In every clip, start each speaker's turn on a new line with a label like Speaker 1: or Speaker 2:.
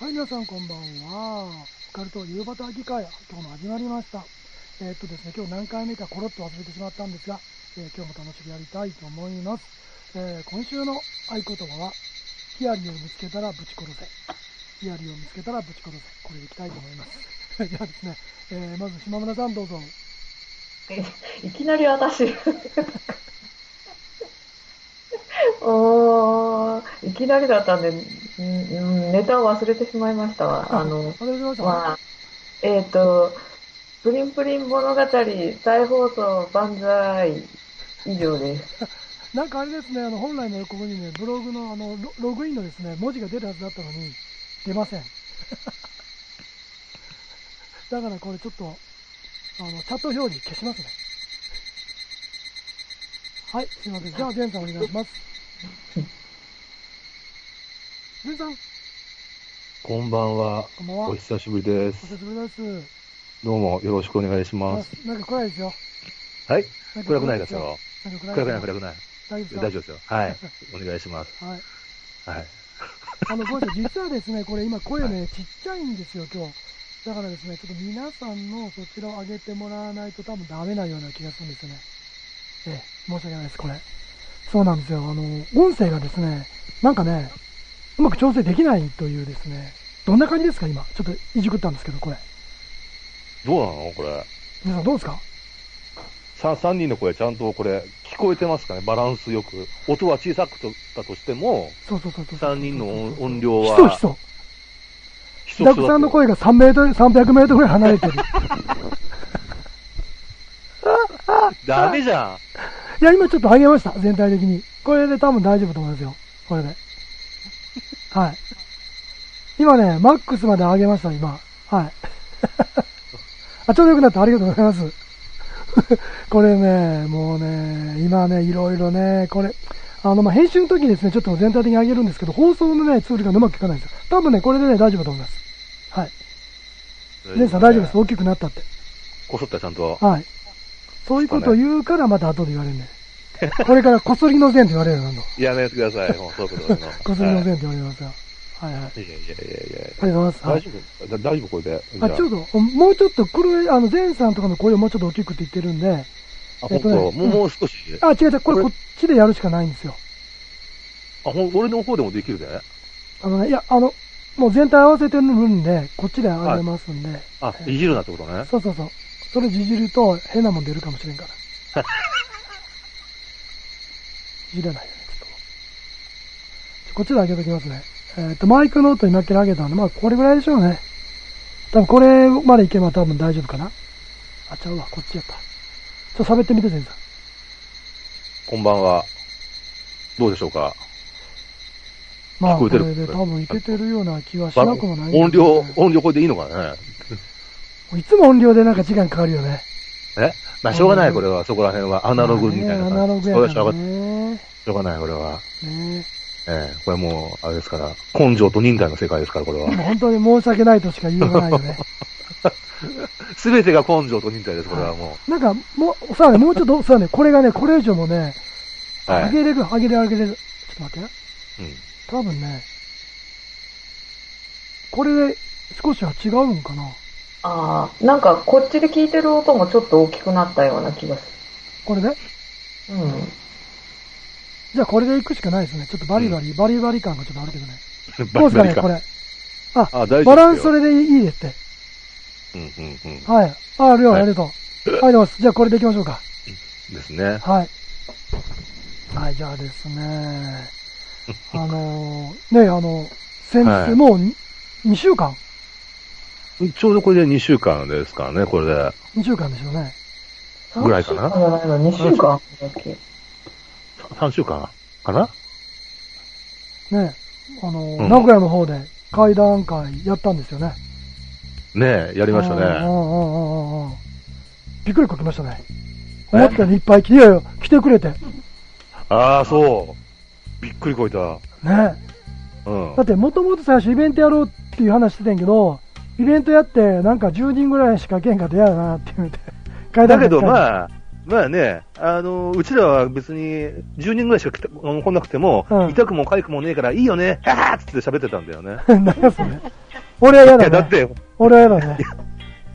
Speaker 1: はい、皆さんこんばんは。オカルト夕方議会、今日も始まりました。えーっとですね、今日何回目かコロッと忘れてしまったんですが、えー今日も楽しくやりたいと思います。えー今週の合言葉は、ヒアリを見つけたらぶち殺せ。ヒアリを見つけたらぶち殺せ。これでいきたいと思います。 じゃあですね、えーまず島村さんどうぞ。
Speaker 2: いきなり私おーいきなりだったんで、んんネタを忘れてしまいましたわ。あの、
Speaker 1: 忘れてましたね
Speaker 2: まあ、えっ、と、プリンプリン物語、再放送、万歳、以上です。
Speaker 1: なんかあれですね、あの本来のここにね、ブログのあのロログインのですね、文字が出るはずだったのに、出ません。 だからこれちょっと、あの、チャット表示消しますね。はい、すいません。じゃあ、ジェンさんお願いします。ジェンさん、
Speaker 3: こんばんは。
Speaker 1: こんばんは。
Speaker 3: お
Speaker 1: お
Speaker 3: 久しぶりで
Speaker 1: 久
Speaker 3: す。
Speaker 1: しぶりです。
Speaker 3: どうもよろしくお願いします。
Speaker 1: なんか暗いですよ。
Speaker 3: はい。
Speaker 1: なんか
Speaker 3: 暗くないですよ。。
Speaker 1: なんか
Speaker 3: 暗くない、
Speaker 1: ですよ
Speaker 3: 暗くない。
Speaker 1: 大丈夫ですか
Speaker 3: 大丈夫ですよ。はい。お願いします。
Speaker 1: はい。
Speaker 3: はい。
Speaker 1: あの、ごめんなさい、実はですね、これ今声ね、ちっちゃいんですよ、今日。だからですね、ちょっと皆さんのそちらを上げてもらわないと多分ダメなような気がするんですよね。ええ、申し訳ないです、これ。そうなんですよ、あの、音声がですね、なんかね、うまく調整できないというですね、どんな感じですか、今。ちょっといじくったんですけど、これ。
Speaker 3: どうなのこれ。
Speaker 1: 皆さんどうですか
Speaker 3: 三三人の声ちゃんとこれ、聞こえてますかねバランスよく。音は小さくとったとしても、
Speaker 1: そうそうそうそう。
Speaker 3: 三人の音音量
Speaker 1: ひ
Speaker 3: は、
Speaker 1: そひそ。
Speaker 3: ひ
Speaker 1: ダクさんの声が3メートル、300メートルぐらい離れてる。
Speaker 3: ダメじゃん。
Speaker 1: いや、今ちょっと上げました、全体的に。これで多分大丈夫と思いますよ。これで。はい。今ね、マックスまで上げました、今。はい。 あ、ちょうど良くなった。ありがとうございます。 これね、もうね、今ね、いろいろね、これ、あの、まあ、編集の時にですね、ちょっと全体的に上げるんですけど、放送のね、ツールがうまくいかないんですよ。多分ね、これでね、大丈夫だと思います。はい。レンさん大丈夫です。大きくなったって。
Speaker 3: こそったよちゃんと。
Speaker 1: はい。そういうことを言うからまた後で言われ るね。これからこそりの善と言われるようになる
Speaker 3: やめてく ださい。もうそういうことですの
Speaker 1: の。こそりの
Speaker 3: はい
Speaker 1: 善と言われますよ。はいはい。あ
Speaker 3: いやいやいやいやいや。
Speaker 1: りがとうございます。は
Speaker 3: 大
Speaker 1: い
Speaker 3: 丈夫だ大丈夫これで。
Speaker 1: あ、ちょっと、もうちょっと、これ、あの、善さんとかの声をもうちょっと大きくって言ってるんで、
Speaker 3: あ、
Speaker 1: えっ
Speaker 3: 本
Speaker 1: と
Speaker 3: 当。
Speaker 1: ね
Speaker 3: もうもう少し。
Speaker 1: あ、違う違う、これ
Speaker 3: これ
Speaker 1: こっちでやるしかないんですよ。
Speaker 3: あ、ほん、俺の方でもできるで。
Speaker 1: あのね、いや、あの、もう全体合わせてるんで、こっちで上げますんで、
Speaker 3: あ、いじるなってことね。
Speaker 1: そうそうそう。それじじると変なもん出るかもしれんから。 いじれないよね、ちょっと。こっちで上げときますね。えっ、と、マイクの音今から上げたんで、まあこれぐらいでしょうね。多分これまでいけば多分大丈夫かな。あ、ちゃうわ、こっちやった。ちょっと喋ってみて、全然。
Speaker 3: こんばんは。どうでしょうか。
Speaker 1: まあ、
Speaker 3: 聞
Speaker 1: こ
Speaker 3: こえて
Speaker 1: れ
Speaker 3: る
Speaker 1: で多分いけてるような気はし
Speaker 3: ば
Speaker 1: なくもないんですよね、
Speaker 3: 音量、音量これでいいのかね。
Speaker 1: いつも音量でなんか時間かかるよね。
Speaker 3: えまあ、しょうがない、これは。そこら辺は。アナログみたいな
Speaker 1: まあねアナロ
Speaker 3: 感じ。
Speaker 1: グ
Speaker 3: それ
Speaker 1: や
Speaker 3: はし
Speaker 1: か
Speaker 3: ょ
Speaker 1: ら
Speaker 3: うが
Speaker 1: ね。
Speaker 3: しょうがない、これは。
Speaker 1: ね
Speaker 3: ええこれはもう、あれですから。根性と忍耐の世界ですから、これ
Speaker 1: もう
Speaker 3: は。
Speaker 1: 本当に申し訳ないとしか言いようがないよね。
Speaker 3: すべてが根性と忍耐です、これはも
Speaker 1: なんか、もう、さあね、もうちょっと、さあね、これがね、これ以上もね、
Speaker 3: う。はい。
Speaker 1: 上げれる、上げれる、上げれる。ちょっと待って。
Speaker 3: うん
Speaker 1: 多分ね、これで少しは違うんかな。
Speaker 2: ああ、なんかこっちで聞いてる音もちょっと大きくなったような気がす
Speaker 1: これで
Speaker 2: る。うん。
Speaker 1: じゃあこれで行くしかないですね。ちょっとバリバリ、バリバリ感がちょっとあるけどね。
Speaker 3: バ
Speaker 1: どう
Speaker 3: リ
Speaker 1: ですか
Speaker 3: バ
Speaker 1: ね、
Speaker 3: リ
Speaker 1: これ。
Speaker 3: か。
Speaker 1: あ、
Speaker 3: あ大丈夫ですよ
Speaker 1: バランスそれでいいですって。
Speaker 3: うんうんうん。
Speaker 1: はい。あ、りょう、
Speaker 3: は
Speaker 1: あ
Speaker 3: い
Speaker 1: りがとう。ありがとうございます。じゃあこれで行きましょうか。
Speaker 3: ですね。
Speaker 1: はい。はい、じゃあです ね、あのー、ね、あの、先
Speaker 3: は
Speaker 1: 日、
Speaker 3: い
Speaker 1: もう2週間、
Speaker 3: ちょうどこれで2週間ですからね、これで。
Speaker 1: 2週間でしょうね。
Speaker 3: ぐらいかな
Speaker 2: 3週間じゃないの、2週 間だっけ。
Speaker 3: 3週間かな
Speaker 1: ね、あの、
Speaker 3: ん
Speaker 1: 名古屋の方で会談会やったんですよね。
Speaker 3: ねえ、やりました
Speaker 1: うんうん
Speaker 3: ね。
Speaker 1: うんうんうん。びっくりこきましたね。思ったよりいっぱい来てよ、来てくれて。ね。
Speaker 3: ああ、そう。びっくりこいた。うん
Speaker 1: だっ。て、もともと最初イベントやろうっていう話してたんやけど、イベントやって、なんか10人ぐらいしかけんかでやだなって言うて、会
Speaker 3: だ
Speaker 1: 談会
Speaker 3: けど、
Speaker 1: あ、
Speaker 3: まあ、まあね、あの、うちらは別に10人ぐらいしか来た来なくても、
Speaker 1: うん
Speaker 3: 痛くも痒くもねえからいいよね、ははーっつって喋ってたんだよね。
Speaker 1: 何やそれ。俺は嫌
Speaker 3: いやだ
Speaker 1: だ
Speaker 3: っ
Speaker 1: ね。
Speaker 3: て、
Speaker 1: 俺は嫌だね。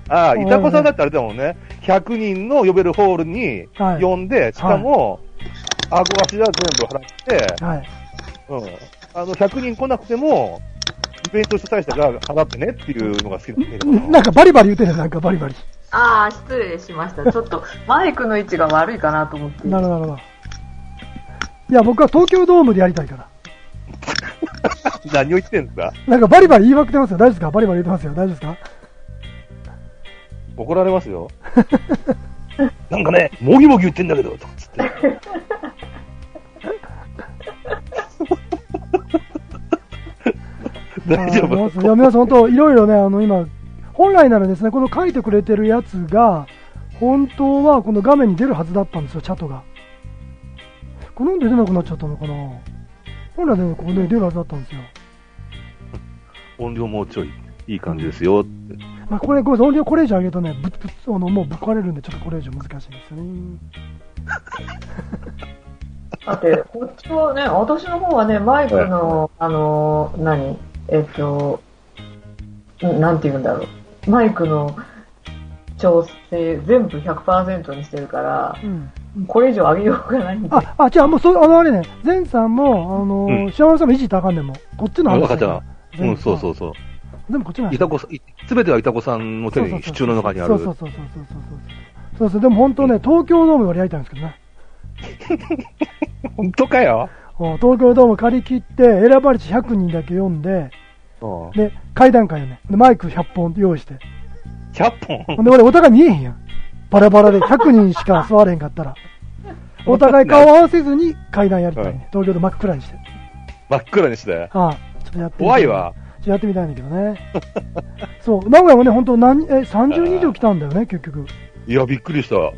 Speaker 3: ああ、
Speaker 1: うん
Speaker 3: いたこさんだったらでもね、100人の呼べるホールに
Speaker 1: はい
Speaker 3: 呼んで、しかも、あご足は全部払って、
Speaker 1: はい。
Speaker 3: うん。あの、100人来なくても、イベント主催者が払ってねっていうのが好きなんだけど
Speaker 1: なんかバリバリ言ってるよなんかバリバリ。
Speaker 2: ああ、失礼しました。ちょっと、マイクの位置が悪いかなと思って。
Speaker 1: なるほど、なるほど。いや、僕は東京ドームでやりたいから。
Speaker 3: 何を言ってんですか
Speaker 1: なんかバリバリ言いまくってますよ。大丈夫ですかバリバリ言ってますよ。大丈夫ですか
Speaker 3: 怒られますよ。 なんかね、もぎもぎ言ってんだけど、とかっつ って。大丈
Speaker 1: あ
Speaker 3: 夫
Speaker 1: ーいや、皆さん本当、いろいろね、あの、今、本来ならですね、この書いてくれてるやつが、本当はこの画面に出るはずだったんですよ、チャットが。これなんで出なくなっちゃったのかな本来でもここね、出るはずだったんですよ。
Speaker 3: 音量もうちょい、いい感じですよって。
Speaker 1: まあ、これ、ごめんなさい、音量これ以上上げるとね、ぶっぶっあの、もうぶっ壊れるんで、ちょっとこれ以上難しいですよね。
Speaker 2: だって、こっちはね、私の方はね、マイクの、あの、何えっと、んなんて言うんだろう。マイクの調整全部100%にしてるから、
Speaker 1: うん。
Speaker 2: これ以上上げようがないんで。
Speaker 1: あ、あ、じゃあ、もう、そう、あの、あれね、前さんも、あのー、
Speaker 3: うん
Speaker 1: 島村さんもいじったらあかんねんもん。こっちの話だ
Speaker 3: わか
Speaker 1: か
Speaker 3: った
Speaker 1: ら
Speaker 3: な。うん、そうそう。そう。
Speaker 1: 全部こっちの話
Speaker 3: いたこさん、すべてはいたこさんの手に支柱の中にあ
Speaker 1: そ
Speaker 3: る。
Speaker 1: うそうそうそうそうそうそうそうそうでも本当ね、東京ドームよりやりたいんですけどね。
Speaker 3: 本当かよ。
Speaker 1: お東京ドーム借り切って、選ばれし100人だけ読んで、
Speaker 3: うん
Speaker 1: で、階段階よね。で、マイク100本用意して。
Speaker 3: 100
Speaker 1: ほ
Speaker 3: 本
Speaker 1: んで、俺、お互い見えへんやん。バラバラで100人しか座れへんか ったら。お互い顔合わせずに階段やりたいね。
Speaker 3: はい
Speaker 1: 東京ドーム真っ暗にして。
Speaker 3: 真っ暗にして。
Speaker 1: ああ、ちょっとやってみた
Speaker 3: 怖いわ。
Speaker 1: ちょっとやってみたいんだけどね。 そう、名古屋もね、本当何、え、30人以上来たんだよね、結局。ね、
Speaker 3: いや、びっくりした。
Speaker 1: あ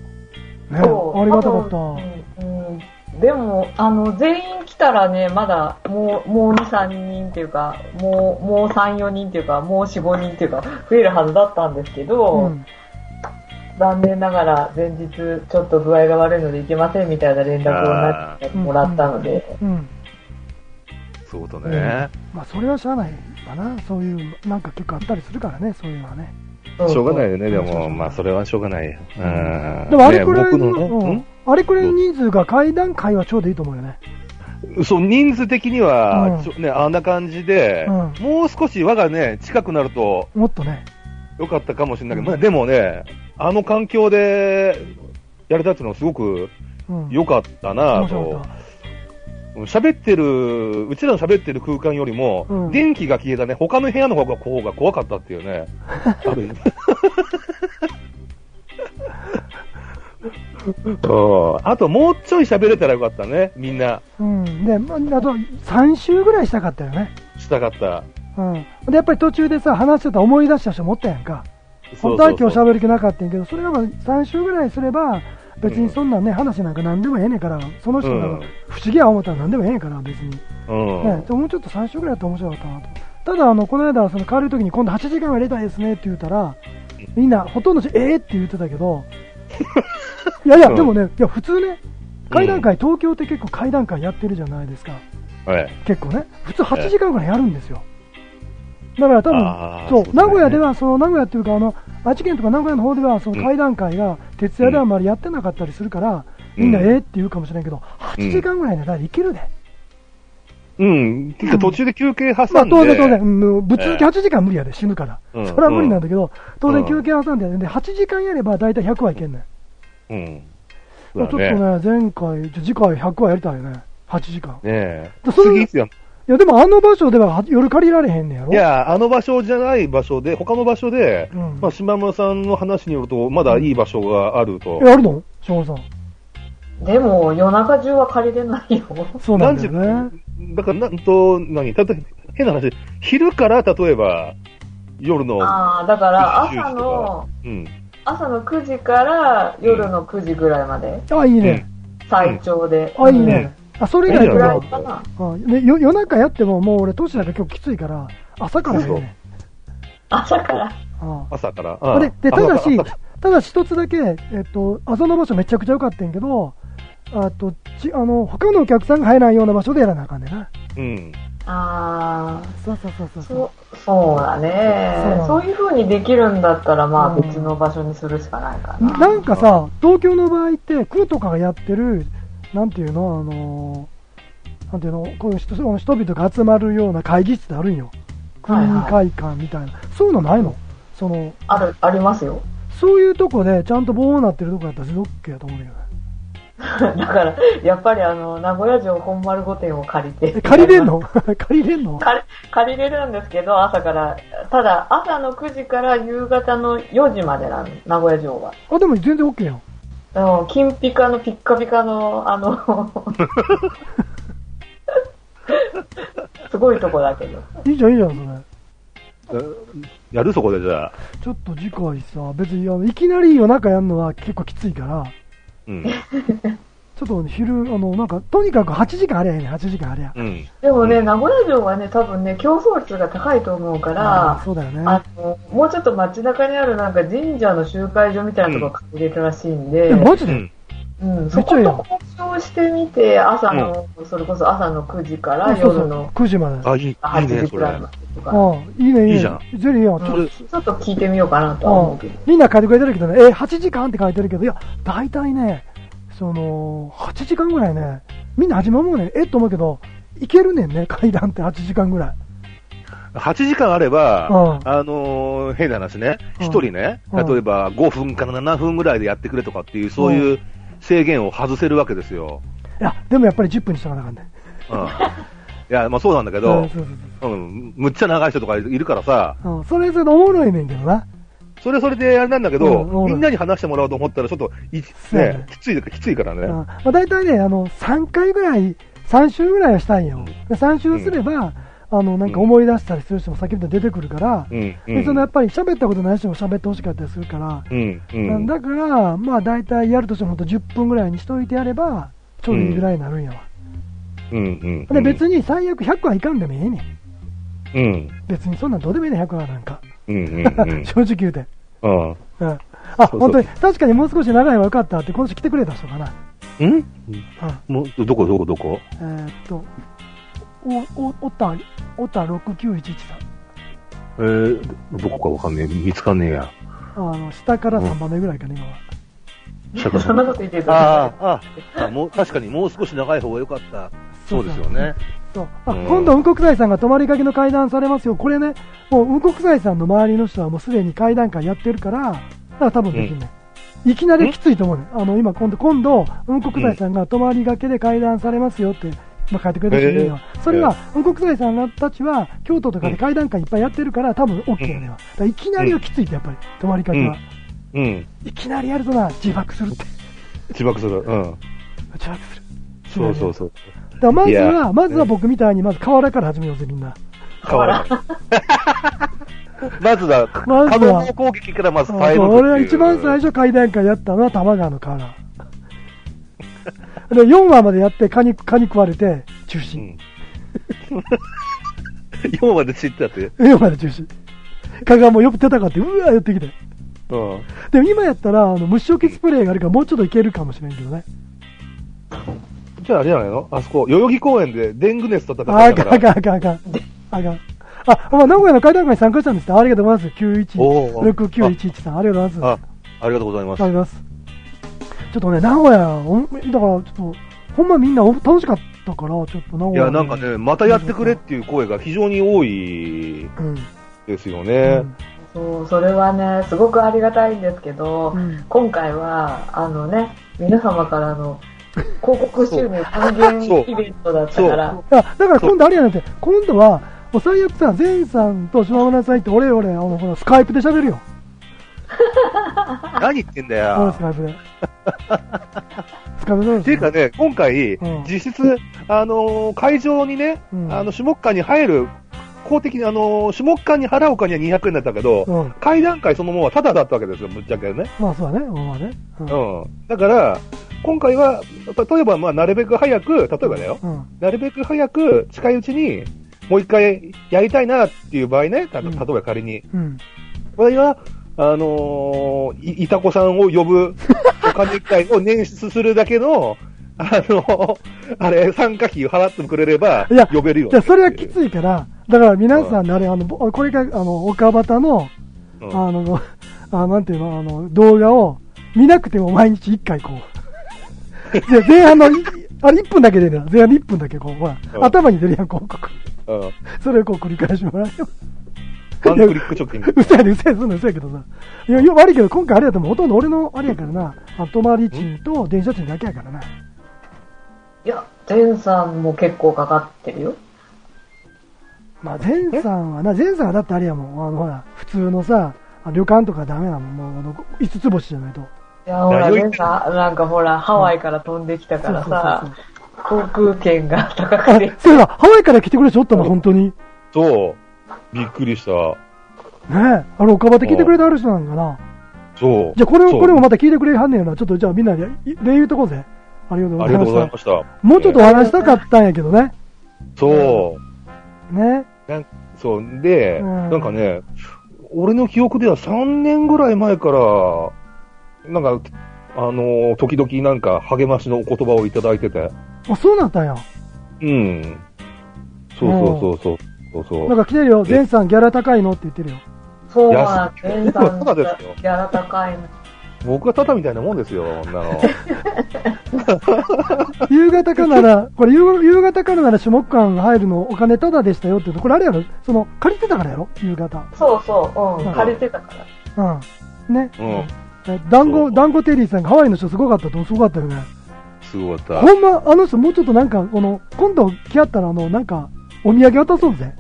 Speaker 1: りがたかった。
Speaker 2: 多分うんうんでも、あの、全員来たらね、まだ、もう、もう2、3人っていうか、もう、もう3、4人っていうか、もう4、5人っていうか、増えるはずだったんですけど、
Speaker 1: うん。
Speaker 2: 残念ながら前日ちょっと具合が悪いので行けませんみたいな連絡をなってもらったので、
Speaker 1: うん。
Speaker 3: そうだね。
Speaker 1: まあそれはしゃあないかな、そういう、なんか結構あったりするからね、そういうのはね。
Speaker 2: そ
Speaker 3: しょうがないよね、で
Speaker 1: そうそうそ
Speaker 3: も、
Speaker 1: う
Speaker 3: まあ、それはしょうがないよ。うん。
Speaker 1: でもあれくらい
Speaker 3: ね
Speaker 1: の、
Speaker 3: 僕
Speaker 1: う
Speaker 3: ね
Speaker 1: んあれくらいの人数が階段階はちょうどいいと思うよね。
Speaker 3: うんそう、人数的に
Speaker 1: う
Speaker 3: は
Speaker 1: ん、
Speaker 3: ちょね、あんな感じで、
Speaker 1: う
Speaker 3: もう少し輪がね、近くなると
Speaker 1: もっとね。
Speaker 3: 良かったかもしれないけど、
Speaker 1: う
Speaker 3: まあ、でもね、あの環境でやれたっていうのはすごく
Speaker 1: うん。
Speaker 3: 良かったな
Speaker 1: 面
Speaker 3: ぁ
Speaker 1: 白
Speaker 3: と
Speaker 1: か。っ
Speaker 3: うん喋ってる、うちらの喋ってる空間よりも、
Speaker 1: うん
Speaker 3: 電気が消えたね、他の部屋の方が方が怖かったってい うね。ある意味うんあともうちょい喋れたらよかったね、みんな。
Speaker 1: た。うん。で、まああと3週ぐらいしたかったよね。
Speaker 3: したかった。
Speaker 1: うん。で、やっぱり途中でさ、話してたら思い出した人もおったやんか。
Speaker 3: そ
Speaker 1: 本
Speaker 3: う
Speaker 1: 当
Speaker 3: そ
Speaker 1: は
Speaker 3: うそ
Speaker 1: 今日
Speaker 3: う
Speaker 1: 喋る気なかったんやけど、それがまあ3週ぐらいすれば、別にそんなんね、話なんか何でもええねんから、その人が
Speaker 3: うん
Speaker 1: 不思議や思ったら何でもええねんから、別に。
Speaker 3: うん
Speaker 1: ね、もうちょっと3週ぐらいだったら面白かったなと。ただ、あの、この間、その、変わる時に今度8時間は入れたいですねって言ったら、みんな、ほとんど人、ええー、って言ってたけ ど、いやいや、
Speaker 3: うん
Speaker 1: でもね、いや、普通ね、階段階、東京って結構階段階やってるじゃないですか。
Speaker 3: はい。
Speaker 1: 結構ね、普通8時間ぐらいやるんですよ。だから多分、
Speaker 3: あ
Speaker 1: そ
Speaker 3: ーそううですね
Speaker 1: 名古屋では、その名古屋っていうか、あの、愛知県とか名古屋の方では、その階段階が、徹夜ではあまりやってなかったりするから、
Speaker 3: うん
Speaker 1: みんな、ええー、って言うかもしれないけど、8時間ぐらいならいけるで。
Speaker 3: うん。てか途中で休憩挟んで。
Speaker 1: まあ、当然、当然、うん、ぶっ続け8時間無理やで、死ぬから、
Speaker 3: うん
Speaker 1: それは無理なんだけど、当然
Speaker 3: うん
Speaker 1: 休憩挟んで、で8時間やれば大体100はいけんねん、
Speaker 3: うん。
Speaker 1: ちょっとね、前回、じゃ次回100はやりたいよね、8時間。
Speaker 3: ねえ
Speaker 1: で。それ
Speaker 3: 次いつやん
Speaker 1: いや、でもあの場所ではは夜借りられへんねやろ、
Speaker 3: いや、あの場所じゃない場所で、他の場所で、
Speaker 1: うん
Speaker 3: まあ、島村さんの話によると、まだいい場所があると。
Speaker 1: えあるの、しょさん、
Speaker 2: でも夜中中は借りれないよ。
Speaker 1: そうなんだよね、
Speaker 3: 何時だから、なんと、何例えば、変な話、昼から例えば、夜の、
Speaker 2: ああ、だから朝
Speaker 3: 10時
Speaker 2: の、
Speaker 3: うん。
Speaker 2: 朝の9時から夜の9時ぐらいまで、
Speaker 1: あ、いいね、
Speaker 2: 最長で。
Speaker 1: あ、いいね、あそれ以外
Speaker 2: ぐ
Speaker 1: は
Speaker 2: ら
Speaker 1: い
Speaker 2: かな。
Speaker 1: あね、よ夜中やっても、もう俺、年なんか今日きついから、朝からやるね。
Speaker 2: 朝から。
Speaker 1: あ
Speaker 3: 朝から。
Speaker 1: あれでただし
Speaker 3: 朝か、
Speaker 1: ただし一つだけ、えっと、あその場所めちゃくちゃ良かったんやけど、あとちあの他のお客さんが入らないような場所でやらなあかんねんな。
Speaker 3: らうん。
Speaker 2: ああ、
Speaker 1: そうそうそうそうそう。
Speaker 2: そうそうだね
Speaker 1: そう
Speaker 2: そういう風にできるんだったら、まあ別の場所にするしかないかな。
Speaker 1: なんかさ、東京の場合って、区とかがやってる、なんていうの、あのーなんていうの、こういう人人々が集まるような会議室ってあるんよ。区
Speaker 2: はい
Speaker 1: 民
Speaker 2: はい
Speaker 1: 会館みたいな。そういうのないのその、
Speaker 2: ある、ありますよ。
Speaker 1: そういうとこで、ちゃんと棒になってるとこだったら、ロッケやと思うんだけどね。
Speaker 2: だから、やっぱりあの、名古屋城本丸御殿を借りて
Speaker 1: え。借りれんの 借りれんの
Speaker 2: 借り借りれるんですけど、朝から、ただ朝の9時から夕方の4時までなの、名古屋城は。
Speaker 1: あ、でも全然 OK やん。
Speaker 2: あの金ピカのピッカピカの、あの、 すごいとこだけど。
Speaker 1: いいじゃん、いいじゃん、それ。
Speaker 3: えやるそこでじゃあ。
Speaker 1: ちょっと次回さ、別にあのいきなり夜中やるのは結構きついから、
Speaker 3: うん。
Speaker 1: ちょっと昼、あの、なんか、とにかく8時間ありゃいいね、8時間ありゃ。
Speaker 3: うん。
Speaker 2: でもね、
Speaker 3: うん
Speaker 2: 名古屋城はね、多分ね、競争率が高いと思うから、
Speaker 1: あそうだよね。
Speaker 2: あの、もうちょっと街中にあるなんか神社の集会所みたいなところ借りれるらしいんで、
Speaker 1: え、
Speaker 2: うん
Speaker 1: マジ
Speaker 3: う
Speaker 1: で、
Speaker 3: ん。
Speaker 2: そこと交渉してみて、朝の、それこそ朝の9時から
Speaker 1: そうそう
Speaker 2: 夜の
Speaker 1: 9時まで。
Speaker 3: あ、いい、いい
Speaker 2: 8
Speaker 3: ね、
Speaker 2: 時
Speaker 3: そ
Speaker 2: く
Speaker 3: れ。
Speaker 2: らいま
Speaker 3: あ
Speaker 2: でとか、
Speaker 1: あいいね、いいね。
Speaker 3: いいじゃん
Speaker 1: ゼリーいいやん。ちょっ
Speaker 2: うんちょっと聞いてみようかなと
Speaker 1: と
Speaker 2: は思うけど。
Speaker 1: うんみんな書いてくれてるけどね、え、8時間って書いてるけど、いや、大体ね、その、8時間ぐらいね、みんな始まるもんね、えっと思うけど、いけるねんね、階段って8時間ぐらい。
Speaker 3: 8時間あれば、
Speaker 1: うん
Speaker 3: あのー、変な話ね、
Speaker 1: うん
Speaker 3: 1人ね、
Speaker 1: うん
Speaker 3: 例えば5分から7分ぐらいでやってくれとかっていう、そういう制限を外せるわけですよ。
Speaker 1: いや、でもやっぱり10分にしとかなあかんね。
Speaker 3: うん。いや、まあそうなんだけ
Speaker 1: うん
Speaker 3: ど
Speaker 1: そう、そうそう
Speaker 3: うん、むっちゃ長い人とかいるからさ、
Speaker 1: うんそれぞれおもろいねんけどな。
Speaker 3: それはそれであれなんだけど、
Speaker 1: うんうん
Speaker 3: みんなに話してもらおうと思ったら、ちょっとい、
Speaker 1: そうやね
Speaker 3: ね、きつい、きついからね。
Speaker 1: うんまあ、大体ね、あの、3回ぐらい、3周ぐらいはしたいんよ。で3周すれば、あの、なんか思い出したりする人も先ほど出てくるから、
Speaker 3: うん。う
Speaker 1: でそ
Speaker 3: ん
Speaker 1: のやっぱり喋ったことない人も喋ってほしかったりするから、
Speaker 3: うん。うん。
Speaker 1: だから、まあ大体やるとしても本当10分ぐらいにしといてやれば、ちょうどいいぐらいになるんやわ。
Speaker 3: うん。うん。
Speaker 1: で、別に最悪100はいかんでもええねん。
Speaker 3: うん。
Speaker 1: 別にそんなんどうでもええねん、100はなんか。
Speaker 3: うん。うん。 うん
Speaker 1: 正直言うて。
Speaker 3: うん。
Speaker 1: うん。あ、
Speaker 3: そう
Speaker 1: 本当に、確かにもう少し長いはよかったって、今週来てくれた人かな。
Speaker 3: うん
Speaker 1: うん。
Speaker 3: もう、どこどこどこ
Speaker 1: えーっと、お、お、おった、おった6911さん。
Speaker 3: えー、どこかわかんねえ。見つかんねえや。
Speaker 1: あの、下から3番目ぐらいかね、今は。
Speaker 3: 釈迦
Speaker 2: そんなこと言ってる
Speaker 3: ああ、ああ、もう、確かにもう少し長い方が良かった。そうですよね。
Speaker 1: そう。あ、
Speaker 3: うん
Speaker 1: 今度、雲国際さんが泊まりかけの会談されますよ。これね、もう雲国際さんの周りの人はもうすでに会談会やってるから、だから多分できんね、いきなりきついと思うね。あの、今、今度、今度、雲国際さんが泊まりがけで会談されますよって、まあ、書いてくれた人いるよ。それは、雲国際さんたちは、京都とかで会談会いっぱいやってるから、多分 OK やねんわ。だからいきなりはきついって、やっぱり、泊まりかけは。
Speaker 3: うん。
Speaker 1: いきなりやるとな、自爆するって。
Speaker 3: 自爆する。うん。
Speaker 1: 自爆する。
Speaker 3: そうそうそう。
Speaker 1: だからまず
Speaker 3: いや
Speaker 1: は、まずは僕みたいに、まず河原から始めようぜ、みんな。
Speaker 3: 変わらない。まずは、
Speaker 1: まずは
Speaker 3: 可能の攻撃からまず耐えるっていう。
Speaker 1: 俺は一番最初階段階やったのは多摩川の河原。で、4話までやって、蚊に、蚊に食われて、中
Speaker 3: う
Speaker 1: 止。
Speaker 3: ん。4まで知ってたって。
Speaker 1: 4まで中止。蚊がもうよく出たかって、うわー寄ってきて。
Speaker 3: うん。
Speaker 1: でも今やったら、あの、虫除けスプレーがあるから、もうちょっといけるかもしれんけどね。
Speaker 3: じゃああれじゃないのあそこ、代々木公園でデング熱と戦った
Speaker 1: ああ
Speaker 3: か
Speaker 1: かんあ
Speaker 3: ら。
Speaker 1: かんあかんあかん。あかん。あ、まあ、名古屋の階段階に参加したんですってありがとうございます。
Speaker 3: お
Speaker 1: 91、
Speaker 3: ー
Speaker 1: 6911さん。ありがとうございます。
Speaker 3: あ、ありがとうございます
Speaker 1: あ。ります。ちょっとね、名古屋、おんだからちょっと、ほんまみんなお楽しかったから、ちょっと名古
Speaker 3: い
Speaker 1: 屋。
Speaker 3: や、なんかね、またやってくれっていう声が非常に多い
Speaker 1: うん。
Speaker 3: ですよ
Speaker 1: う
Speaker 3: ね。
Speaker 1: ん。
Speaker 2: そう、それはね、すごくありがたいんですけど、
Speaker 1: うん
Speaker 2: 今回は、あのね、皆様からの広告収入還
Speaker 3: そう
Speaker 2: 元イベントだったから、
Speaker 1: あだから今度あれやねんて、今度は、もう最悪さ、善さんと島村さん行って、俺俺、あの、ほら、スカイプで喋るよ。
Speaker 3: 何言ってんだ
Speaker 1: あの
Speaker 3: よ
Speaker 1: ス。カイプ で。スカイプで。
Speaker 3: っていうかね、今回、
Speaker 1: うん
Speaker 3: 実質、あのー会場にね、
Speaker 1: うん
Speaker 3: あの、種目館に入る、公的に、あのー種目館に払うお金は200円だったけど、
Speaker 1: うん。
Speaker 3: 会談会そのものはタダだったわけですよ、ぶっちゃけね。
Speaker 1: まあそうだね、まあね。う。
Speaker 3: うんん。だから、今回は、例えば、まあ、なるべく早く、例えばだよ、
Speaker 1: うん。
Speaker 3: なるべく早く近いうちに、もう一回やりたいなっていう場合ね、た
Speaker 1: うん
Speaker 3: 例えば仮に、
Speaker 1: うん。
Speaker 3: これは、あのーい、いたこさんを 呼ぶ、お金会を捻出するだけの、あのーあれ、参加費を払ってくれれば
Speaker 1: いや、
Speaker 3: 呼べるよ。
Speaker 1: じゃあそれはきついから、だから皆さんね、あれ、あの、ぼこれが、あの、岡端の、
Speaker 3: うん
Speaker 1: あの、あなんていうの、あの、動画を見なくても毎日1回こう。いや前半のい、あれ1分だけ出るな。前半の1分だけこう、ほら
Speaker 3: う、ん
Speaker 1: 頭に出るやん、広告。
Speaker 3: うん。
Speaker 1: それをこう繰り返しもらうよ。
Speaker 3: ワンクリック 貯金。
Speaker 1: うそやで、うそやで、そんなんうそやけどさ。いや、よ悪いけど、今回あれやともうほとんど俺のあれやからな、あ泊まり賃と電車賃だけやからな。
Speaker 2: いや、全さんも結構かかってるよ。
Speaker 1: まあ、前さんはな、前さんはだってあれやもん、あの、ほら、普通のさ、あ旅館とかダメなもん、もう、あの、5つ星じゃないと。
Speaker 2: いや、ほら、
Speaker 3: 何を言っ
Speaker 2: 全さん、なんかほら、ハワイから飛んできたからさ、航空券が高
Speaker 1: あ
Speaker 2: くて、
Speaker 1: そうだ、ハワイから来てくれる人おったの、本当に。ね
Speaker 3: そう。びっくりした。
Speaker 1: え、あれ、岡場で聞いてくれてある人なんかな。
Speaker 3: そう。
Speaker 1: じゃあ、これを、
Speaker 3: そう
Speaker 1: これもまた聞いてくれはんねやな。ちょっと、じゃあ、みんなで、い礼言うとこうぜ。ありがとうご
Speaker 3: あ
Speaker 1: ざ
Speaker 3: り
Speaker 1: い
Speaker 3: がと
Speaker 1: ま
Speaker 3: う
Speaker 1: し
Speaker 3: ございま
Speaker 1: た。
Speaker 3: した。
Speaker 1: もうちょっとお話したかったんやけどね。
Speaker 3: そう。
Speaker 1: ね。
Speaker 3: そう。で、
Speaker 1: うん
Speaker 3: なんかね、俺の記憶では3年ぐらい前から、なんか、あのー時々なんか励ましのお言葉をいただいてて。
Speaker 1: あ、そうなったんや。
Speaker 3: うん。そうそうそうそう。そう
Speaker 1: な
Speaker 3: そ
Speaker 1: ん
Speaker 3: う。
Speaker 1: か来てるよ。全さん、ギャラ高いのって言ってるよ。
Speaker 2: そうなん、
Speaker 3: 安い
Speaker 2: 全さん、
Speaker 3: そうですよ
Speaker 2: ギャラ高いの。
Speaker 3: 僕がタダみたいなもんですよ、こんなの。
Speaker 1: 夕方からなら、これ夕、夕方からなら、種目館入るのお金タダでしたよって言うと、これあれやろその、借りてたからやろ夕方。
Speaker 2: そうそう、う
Speaker 1: うん
Speaker 2: ん、借りてたから。
Speaker 1: うん。ね。
Speaker 3: うん。
Speaker 1: え団
Speaker 3: そ
Speaker 1: 子、
Speaker 3: う
Speaker 1: 団子テリーさんがハワイの人すごかったと、すごかったよね。
Speaker 3: すごかった。
Speaker 1: ほんま、あの人もうちょっとなんか、この、今度来合ったら、あの、なんか、お土産渡そうぜ。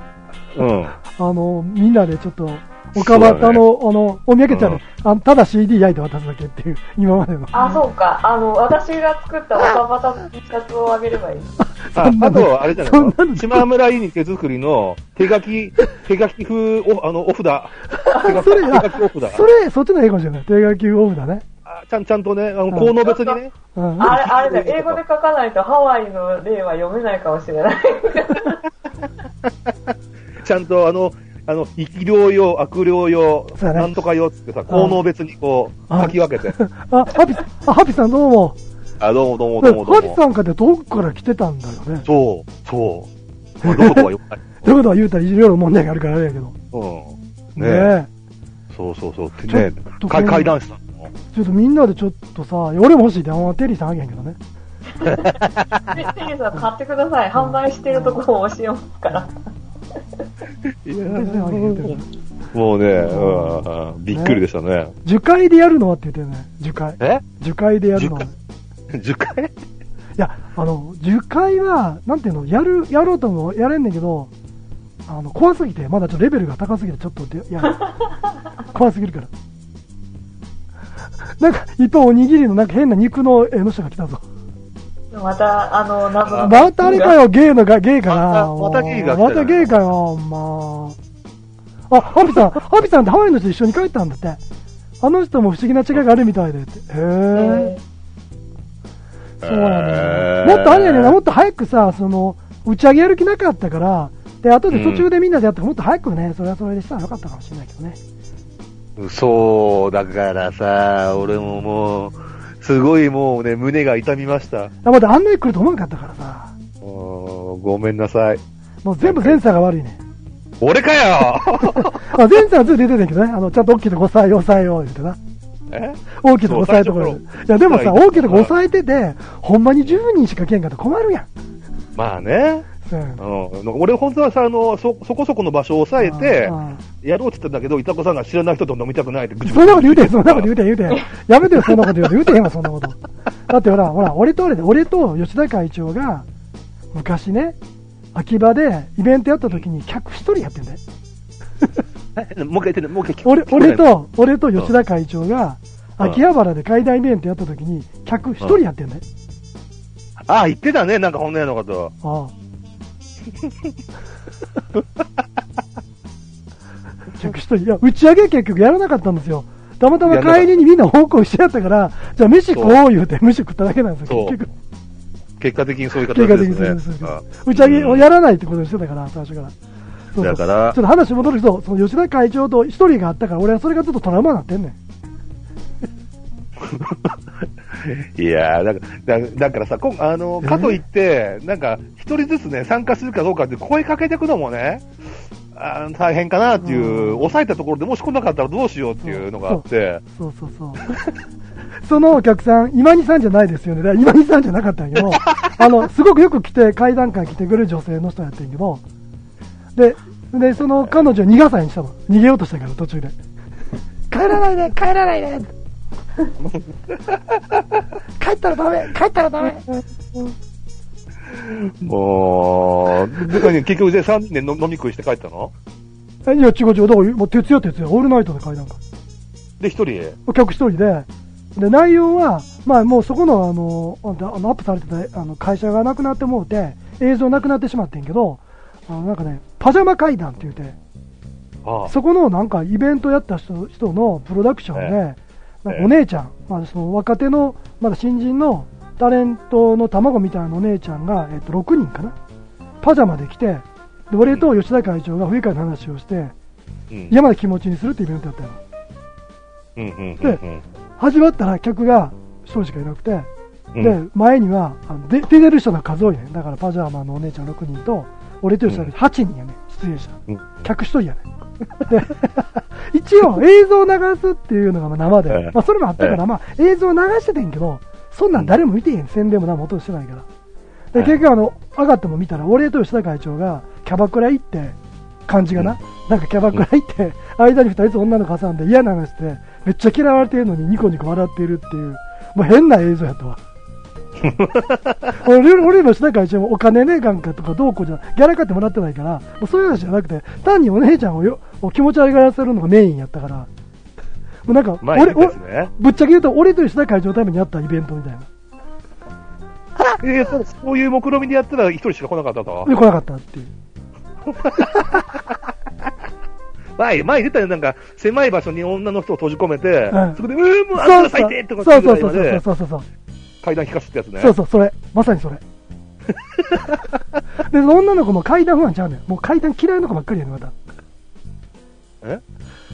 Speaker 3: うん。
Speaker 1: あの、みんなでちょっと、岡端
Speaker 3: そうだ
Speaker 1: の、あ
Speaker 3: ね
Speaker 1: の、お土産ちゃうね、あのただ CD 焼いて渡すだけっていう、 今までの。
Speaker 2: あ、そうか。あの、私が作ったおばばたの T シャツをあげればいい。
Speaker 3: あ
Speaker 1: そんな
Speaker 3: あ
Speaker 1: の
Speaker 3: と、あれじゃない
Speaker 1: そんな
Speaker 3: の
Speaker 1: の
Speaker 3: 島村いに手作りの手書 き、手書き風お、あの、お札。手書き
Speaker 1: それ、
Speaker 3: 手書きお
Speaker 1: あ
Speaker 3: 札
Speaker 1: それ、そっちの方がいいかもしれない。定額級オフだね。
Speaker 3: あちゃん、ちゃんとね、あの、効能別にね。
Speaker 1: うん。
Speaker 2: あれ、あれだ、英語で書かないとハワイの例は読めないかもしれ ない。
Speaker 3: ちゃんとあの、あの、生き療養、悪療養、
Speaker 1: そうだね
Speaker 3: なんとか用っつってさ、効能別にこう、
Speaker 1: うん
Speaker 3: 書き分け て。
Speaker 1: あ、ハピさん、あ、ハピさんどうも。
Speaker 3: あ、どうもどうもどうもど
Speaker 1: ハ
Speaker 3: う
Speaker 1: ピ
Speaker 3: も。
Speaker 1: さんかって遠くから来てたんだよね。
Speaker 3: そう、そう。 まあ、どこかはよくない。
Speaker 1: ということは言うたらいろいろ問題があるからあれやけど。
Speaker 3: うん。
Speaker 1: ね
Speaker 3: ねえ。そうそうそう。ってね
Speaker 1: ちょっと、
Speaker 3: か階段したの。
Speaker 1: ちょっとみんなでちょっとさ、俺も欲しいで、あんまテリーさんあげへんけどね。
Speaker 2: テリーさん買ってください。販売してるとこを教えますから。
Speaker 1: テ
Speaker 3: い
Speaker 1: リーさんあげへんけどね
Speaker 3: もうね、うんうん、びっくりでしたね。
Speaker 1: 樹海でやるのはって言ってるね。樹海。
Speaker 3: え
Speaker 1: 樹海でやるのは。い
Speaker 3: 樹10回
Speaker 1: や、あの、樹海は、なんていうの、やる、やろうともやれんねんけど、あの、怖すぎて、まだちょっとレベルが高すぎて、ちょっとで、いや、怖すぎるから。なんか、いっぱいおにぎりのなんか変な肉の絵の人が来たぞ。
Speaker 2: また、あの、謎の。
Speaker 1: またあれかよ、ゲイのが、ゲイか
Speaker 3: ま
Speaker 1: な。
Speaker 3: たまたゲイが来たじゃ
Speaker 1: ま
Speaker 3: ない
Speaker 1: たゲイかよ、ほんまあ。ハピさん、ハピさんってハワイの人と一緒に帰ったんだって。あの人も不思議な違いがあるみたいでって。へ
Speaker 2: え
Speaker 1: え
Speaker 2: ー。
Speaker 1: そうや
Speaker 3: へー
Speaker 1: ね。もっとあれやねんな、もっと早くさ、その、打ち上げやる気なかったから、で、後で途中でみんなでやったから、もっと早くね、それはそれでしたらよかったかもしれないけどね。
Speaker 3: そう、だからさ、俺ももう、すごいもうね、胸が痛みました。
Speaker 1: あ、まだあんなに来ると思わなかったからさ、
Speaker 3: うーんごめんなさい。
Speaker 1: もう全部前さが悪いね。
Speaker 3: 俺かよ
Speaker 1: あ、前さはずっと出てるけどね、あの、ちゃんと大きいとこ抑え、抑えよう言ってな。
Speaker 3: え
Speaker 1: 大きいとこ抑えところ
Speaker 3: そう
Speaker 1: い
Speaker 3: 最初から
Speaker 1: や、でも
Speaker 3: は
Speaker 1: さ、
Speaker 3: い
Speaker 1: 大きいとこ抑えてて、ほんまに10人しか来へんかったら困るやん。
Speaker 3: まあね、
Speaker 1: そうやん
Speaker 3: うん、俺本当はさ、あの、そ、そこそこの場所を抑えて
Speaker 1: あ、あ
Speaker 3: やろうって言ったんだけど、いたこさんが知らない人と飲みたくないってぐちぐち
Speaker 1: そんなこと言うてへん、そんなこと言うてへん、言うてへん。やめてよ、そんなこと言うて言うてへんわ、そんなこと。だってほら、ほら、俺と俺で、俺と吉田会長が、昔ね、秋葉でイベントやった時に客一人やってんだよ。
Speaker 3: え もう一回言ってね、もう一回聞く
Speaker 1: 俺、俺、
Speaker 3: 聞く
Speaker 1: と、俺と吉田会長が、
Speaker 3: うん
Speaker 1: 秋葉原で会談イベントやった時に、客一人やってんだよ。
Speaker 3: ねああ、言ってたね、なんかこんなようなこと。
Speaker 1: ああ。客一人、いや、打ち上げ結局やらなかったんですよ。たまたま帰りにみんな奉公してやったから、じゃあ飯食おう言うて飯食っただけなんですよ、
Speaker 3: そう
Speaker 1: 結局。
Speaker 3: 結果的にそういう
Speaker 1: 経過
Speaker 3: 形で
Speaker 1: 的に
Speaker 3: すね。
Speaker 1: そうです。そうです
Speaker 3: あ
Speaker 1: 打ち上げをやらないってことにしてたから、最初から。そうそう
Speaker 3: だか
Speaker 1: ちょ
Speaker 3: ら
Speaker 1: っと話戻るけど、その吉田会長と一人があったから、俺はそれがちょっとトラウマになってんねん。
Speaker 3: いやーだからだ、だからさ、こあのーかといって、なんか、一人ずつね、参加するかどうかって声かけていくのもね、あー大変かなっていう、
Speaker 1: うん
Speaker 3: 抑えたところでもし来なかったらどうしようっていうのがあって、
Speaker 1: そうそうそう。 そのお客さん、今にさんじゃないですよね。だから今にさんじゃなかったんやけど、あの、すごくよく来て、階段階来てくる女性の人やってんけど、で、で、その彼女を逃がさへんしたの。逃げようとしたから、途中で。帰らないで帰らないで帰ったらダメ帰ったらダメ
Speaker 3: もう、で何結局で3人で飲飲み食いして帰ったの
Speaker 1: えいや、違う違う、だから、もう徹夜徹夜、オールナイトで階段階。
Speaker 3: で、一人、
Speaker 1: お客一人で、で、内容は、まあもうそこの、あの、ああのアップされてたあの会社がなくなってもうて、映像なくなってしまってんけど、あのなんかね、パジャマ会談って言って、
Speaker 3: ああ
Speaker 1: そこのなんかイベントやった人人のプロダクションで、
Speaker 3: え
Speaker 1: なんかお姉ちゃん、まあ、その若手の、まだ新人のタレントの卵みたいなお姉ちゃんが、えっと、6人かな、パジャマで来て、で俺と吉田会長が不愉快な話をして、
Speaker 3: うん、
Speaker 1: 嫌な気持ちにするってイベントやったの。
Speaker 3: うんうんうんうん
Speaker 1: 始まったら客が1人しかいなくて、
Speaker 3: うん
Speaker 1: で前にはあので出てる人の数多いねだからパジャマのお姉ちゃん6人と俺と吉田
Speaker 3: うん
Speaker 1: が8人やね出演した
Speaker 3: うん
Speaker 1: 客1人やねで 一応映像を流すっていうのがまあ生
Speaker 3: え
Speaker 1: で
Speaker 3: え、
Speaker 1: まあ、それもあったか
Speaker 3: え
Speaker 1: ら、
Speaker 3: え
Speaker 1: まあ、映像を流しててんけどそんなん誰も見てへん宣伝も何も音してないからで
Speaker 3: ええ
Speaker 1: 結局あの上がっても見たら俺と吉田会長がキャバクラ行って感じがな、なんかキャバクラ行って、間に2人ずつ女の子挟んで嫌な話して、めっちゃ嫌われてるのにニコニコ笑ってるっていう、もう変な映像やったわ。俺俺の下会長もお金ねえかんかとかどうこうじゃギャラ買ってもらってないからもうそういう話じゃなくて単にお姉ちゃんをよを気持ち悪がらせるのがメインやったからもうなんか
Speaker 3: まあいい
Speaker 1: 俺、
Speaker 3: で
Speaker 1: 俺
Speaker 3: すね。
Speaker 1: ぶっちゃけ言うと俺と吉田会長のためにやったイベントみたいな
Speaker 3: えーそうそういう目論見みでやったら一人しか来なかったと
Speaker 1: で。来なかったっていう
Speaker 3: 前、前出たよ、なんか、狭い場所に女の人を閉じ込めて、
Speaker 1: うん
Speaker 3: そこで、うーん、もうあんたら最低っ
Speaker 1: そ
Speaker 3: て
Speaker 1: う
Speaker 3: こと
Speaker 1: そうそ
Speaker 3: ぐらいまで
Speaker 1: うそうそうそうそう
Speaker 3: 階段引かすってやつね。
Speaker 1: そうそう、それ。まさにそれ。で、女の子も階段不安ちゃうねん。もう階段嫌いの子ばっかりやねん、また。
Speaker 3: え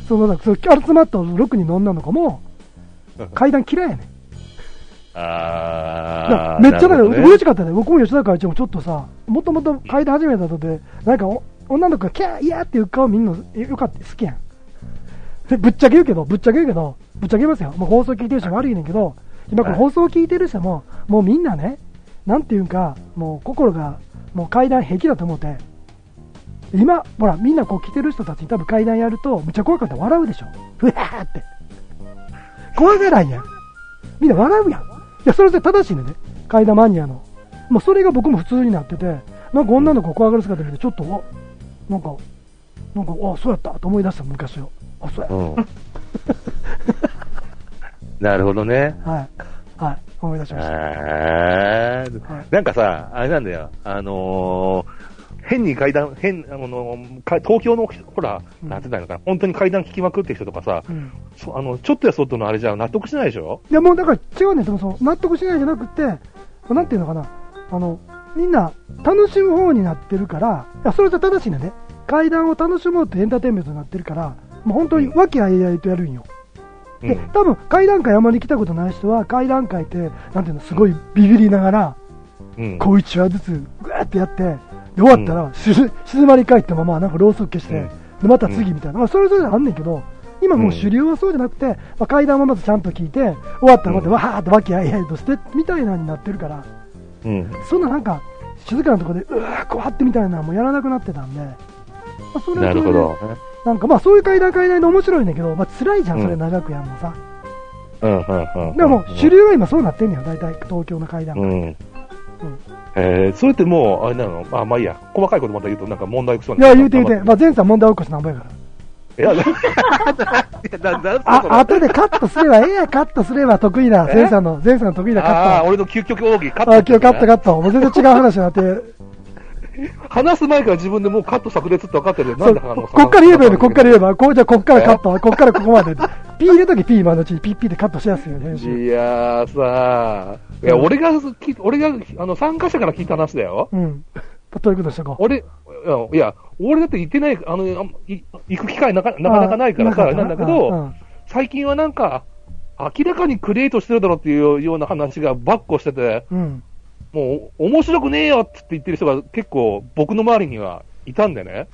Speaker 1: その、なんかそう集まった6人の女の子も
Speaker 3: うん、
Speaker 1: 階段嫌いやねん。だから
Speaker 3: あ
Speaker 1: めっちゃなんか、嬉
Speaker 3: し
Speaker 1: しかったね。僕も吉田会長もちょっとさ、もともと階段始めたとで、なんかお女の子がキャー、イヤーっていう顔見るのえよかった、好きやん。でぶっちゃけ言うけど、ぶっちゃけ言うけど、ぶっちゃけ言いますよ。もう放送聞いてる人も悪いねんけど、今これ
Speaker 3: はい
Speaker 1: 放送聞いてる人も、もうみんなね、なんていうんか、もう心が、もう階段平気だと思って、今、ほら、みんなこう来てる人たちに多分階段やると、むっちゃ怖かったら笑うでしょ。ふわーって。怖がらんやん。みんな笑うやん。いや、それで正しいねんね。階段マニアの。もうそれが僕も普通になってて、なんか女の子怖がる姿見て、ちょっと、おなんか、なんか、あ、そうやったと思い出した、昔を。あ、そうや。
Speaker 3: うん。なるほどね。
Speaker 1: はい。はい。思い出しました。
Speaker 3: あー
Speaker 1: はい
Speaker 3: なんかさ、あれなんだよ、あのー、変に階段、変、あのーか東京の、ほら、
Speaker 1: うん
Speaker 3: なんて言うんだろうかな、本当に階段聞きまくってる人とかさ、
Speaker 1: うん。
Speaker 3: そあの、ちょっとやそっとのあれじゃ納得しないでしょ
Speaker 1: いや、もうだから違うねんでもその、納得しないじゃなくて、なんていうのかな。あの、みんな、楽しむ方になってるから、いや、それと正しいねんね。階段を楽しもうってエンターテインメントになってるから、もう本当に和気あいあいとやるんよ。
Speaker 3: う
Speaker 1: で
Speaker 3: ん、
Speaker 1: 多分階段階あまり来たことない人は階段階ってなんていうのすごいビビりながら、
Speaker 3: うん
Speaker 1: こう一話ずつぐわーってやってで終わったらしず、静まり返ったままなんかろうそく消して、
Speaker 3: うん
Speaker 1: でまた次みたいな、まあそれぞれあんねんけど今もう主流はそうじゃなくて、まあ、階段はまずちゃんと聞いて終わったらまた
Speaker 3: うん
Speaker 1: わーってわきあいあいとしてみたいなになってるから
Speaker 3: うん。
Speaker 1: そんななんか静かなところでうわーこわってみたいなのもやらなくなってたんで、まあ、それは
Speaker 3: な
Speaker 1: それで
Speaker 3: るほど。
Speaker 1: なんかまあそういう階段階段で面白いんだけど、まあ辛いじゃんそれ長くやるのさ、
Speaker 3: うん、うん、うん。
Speaker 1: でも主流は今そうなってんねよ、大体東京の階段。
Speaker 3: うん。うん。えー、それってもう、あれなのあ、まあいいや。細かいことまた言うと、なんか問題起きそう
Speaker 1: い
Speaker 3: にな
Speaker 1: や、
Speaker 3: る
Speaker 1: 言うて言うて、まあ、前さん問題起こしてなんぼやから。
Speaker 3: いや、 な、な、
Speaker 1: あ、後でカットすればええ や、カットすれば得意な、
Speaker 3: え
Speaker 1: 前さんの、前さんの得意なカ
Speaker 3: ああー、
Speaker 1: ッ
Speaker 3: 俺の究極奥義、カッ
Speaker 1: ト。
Speaker 3: ト。
Speaker 1: あ、今日カットカット。もう全然違う話にな って、
Speaker 3: 話す前から自分でもうカット炸裂って分かってるよ。な
Speaker 1: そう
Speaker 3: んだか
Speaker 1: ここっから言えばいいの、こっから言え
Speaker 3: ら。
Speaker 1: ば、こうじゃあこっからカット、こっからここまで。ピー入れときピー今のうちにピッピーでカットしやすいよね、編集。
Speaker 3: いやーさー、いや、
Speaker 1: うん
Speaker 3: 俺が聞い、俺が、あの、参加者から聞いた話だよ。
Speaker 1: うん。ということにしとこう。
Speaker 3: 俺、いやいや、俺だって行ってない、あの、あんい行く機会なかなかなかないから
Speaker 1: あ
Speaker 3: さ、
Speaker 1: ー
Speaker 3: なんだけ
Speaker 1: うんう
Speaker 3: ど、
Speaker 1: ん
Speaker 3: 最近はなんか、明らかにクリエイトしてるだろっていうような話がバッコしてて、
Speaker 1: うん。
Speaker 3: もう、面白くねえよっつって言ってる人が結構僕の周りにはいたんでね。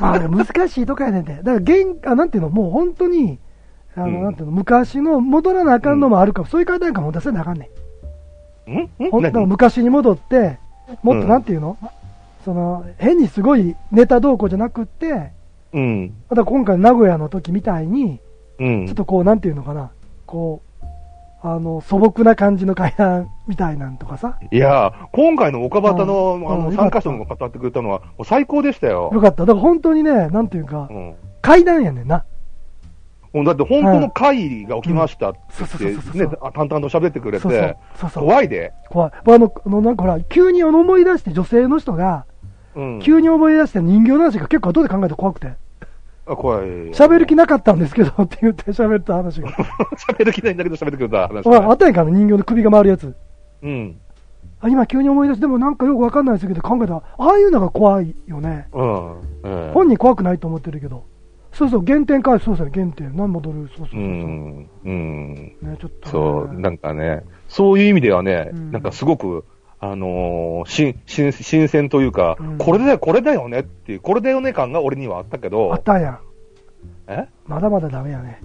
Speaker 1: あれ難しいとかやねんて。だから現、あ、なんていうの、もう本当に、あの、
Speaker 3: うん
Speaker 1: なんていうの、昔の戻らなあかんのもあるかも、そういう方なんかも出せなあかんね
Speaker 3: んん
Speaker 1: ん。ほんだから
Speaker 3: 何
Speaker 1: 昔に戻って、もっ
Speaker 3: う
Speaker 1: と
Speaker 3: ん
Speaker 1: なんていうの、その、変にすごいネタ動向じゃなくって、
Speaker 3: うん。
Speaker 1: また今回名古屋の時みたいに、
Speaker 3: うん。
Speaker 1: ちょっとこう、なんていうのかな、こう、あの、素朴な感じの階段みたいなんとかさ、
Speaker 3: いや、今回の岡端の,、
Speaker 1: うん
Speaker 3: あ
Speaker 1: うん
Speaker 3: の
Speaker 1: よかっ
Speaker 3: 参
Speaker 1: た
Speaker 3: 加者の方語ってくれたのは、もう最高でしたよ。
Speaker 1: よかった。だから本当にね、なんていうか
Speaker 3: う、ん、
Speaker 1: 階段やねんな。
Speaker 3: もうだって本当の会が起きましたって言って、
Speaker 1: うんそうそうそうそう
Speaker 3: ね、あ淡々と喋ってくれて、
Speaker 1: そうそう。そうそう。
Speaker 3: 怖いで、
Speaker 1: 怖い。あの、あのなんかほら、急に思い出して女性の人が、
Speaker 3: うん、
Speaker 1: 急に思い出して人形の話が結構後で考えて怖くて、
Speaker 3: あ怖い。
Speaker 1: 喋る気なかったんですけどって言って喋った話が。
Speaker 3: 喋る気ないんだけど喋ってくれた話、
Speaker 1: おい、あったやんか、あの人形の首が回るやつ。
Speaker 3: うん。
Speaker 1: あ今急に思い出して、でもなんかよくわかんないですけど考えたら、ああいうのが怖いよね。
Speaker 3: うん。うん。
Speaker 1: 本人怖くないと思ってるけど。そうそう、原点回帰、そうそう、原点。何戻る、そうそうそうそう。
Speaker 3: う
Speaker 1: ね、
Speaker 3: ん。うん。
Speaker 1: ちょっと、ね。
Speaker 3: そう、なんかね、そういう意味ではね、
Speaker 1: うん
Speaker 3: なんかすごく、あのーしし新鮮というか、
Speaker 1: うん
Speaker 3: これだよ、これだよねっていう、これだよね感が俺にはあったけ
Speaker 1: あっ
Speaker 3: ど、
Speaker 1: たやん。
Speaker 3: え
Speaker 1: まだまだダメやね。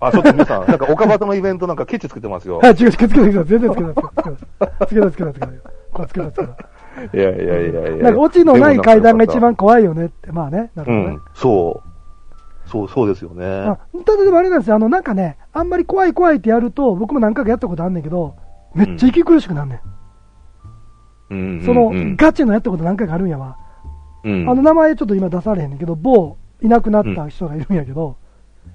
Speaker 3: あ、ちょっと 皆さん、なんか岡端のイベントなんかケチつけてますよ
Speaker 1: あ、。違う、つけた、つけた、全然つけた、つけた、つけた、つけた、つけた、これつけた、つけた。
Speaker 3: いやいやいやい や。
Speaker 1: なんか、オチのない階段が一
Speaker 3: でもなん
Speaker 1: 番怖いよねって、まあね、なる
Speaker 3: か
Speaker 1: ほ
Speaker 3: よ
Speaker 1: ど
Speaker 3: か
Speaker 1: ね
Speaker 3: っ。た。うん、そう。そう、そうですよね。
Speaker 1: あただでもあれなんですよ、あの、なんかね、あんまり怖い怖いってやると、僕も何回かやったことあんねんけど、めっちゃ息苦しくなんねん。
Speaker 3: うんうんうん
Speaker 1: その、ガチのやったこと何回かあるんやわ。
Speaker 3: うん
Speaker 1: あの、名前ちょっと今出されへんねんけど、某、いなくなった人がいるんやけど、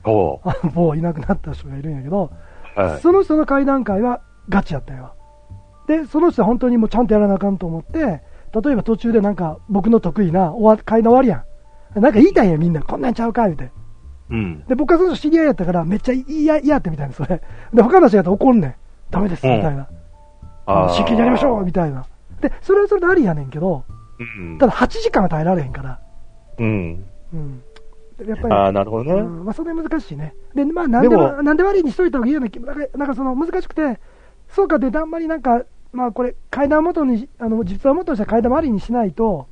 Speaker 3: おう
Speaker 1: あの某いなくなった人がいるんやけど、
Speaker 3: はい。
Speaker 1: その人の会談会はガチやったんやわ。で、その人は本当にもうちゃんとやらなあかんと思って、例えば途中でなんか僕の得意な終わ会の終わりやん。なんか言いたいんやみんな、こんなんちゃうか言うて。
Speaker 3: うん。
Speaker 1: で、僕はその人知り合いやったから、めっちゃ嫌やってみたいな、それ。で、他の人やったら怒んねん。ダメです、み
Speaker 3: うん
Speaker 1: たいな。
Speaker 3: あー
Speaker 1: 真剣にやりましょうみたいな。で、それはそれでありやねんけど、
Speaker 3: うん
Speaker 1: ただ8時間は耐えられへんから。
Speaker 3: うん。
Speaker 1: うん。やっぱり、
Speaker 3: ああ、なるほど
Speaker 1: う
Speaker 3: ね。
Speaker 1: んまあ、それ難しいね。で、まあ、なんで
Speaker 3: で
Speaker 1: も、
Speaker 3: も
Speaker 1: なんで悪いにしといた方がいいような気、なんか、なんかその、難しくて、そうかって、あんまりなんか、まあ、これ、階段元に、あの、実は元にした階段ありにしないと、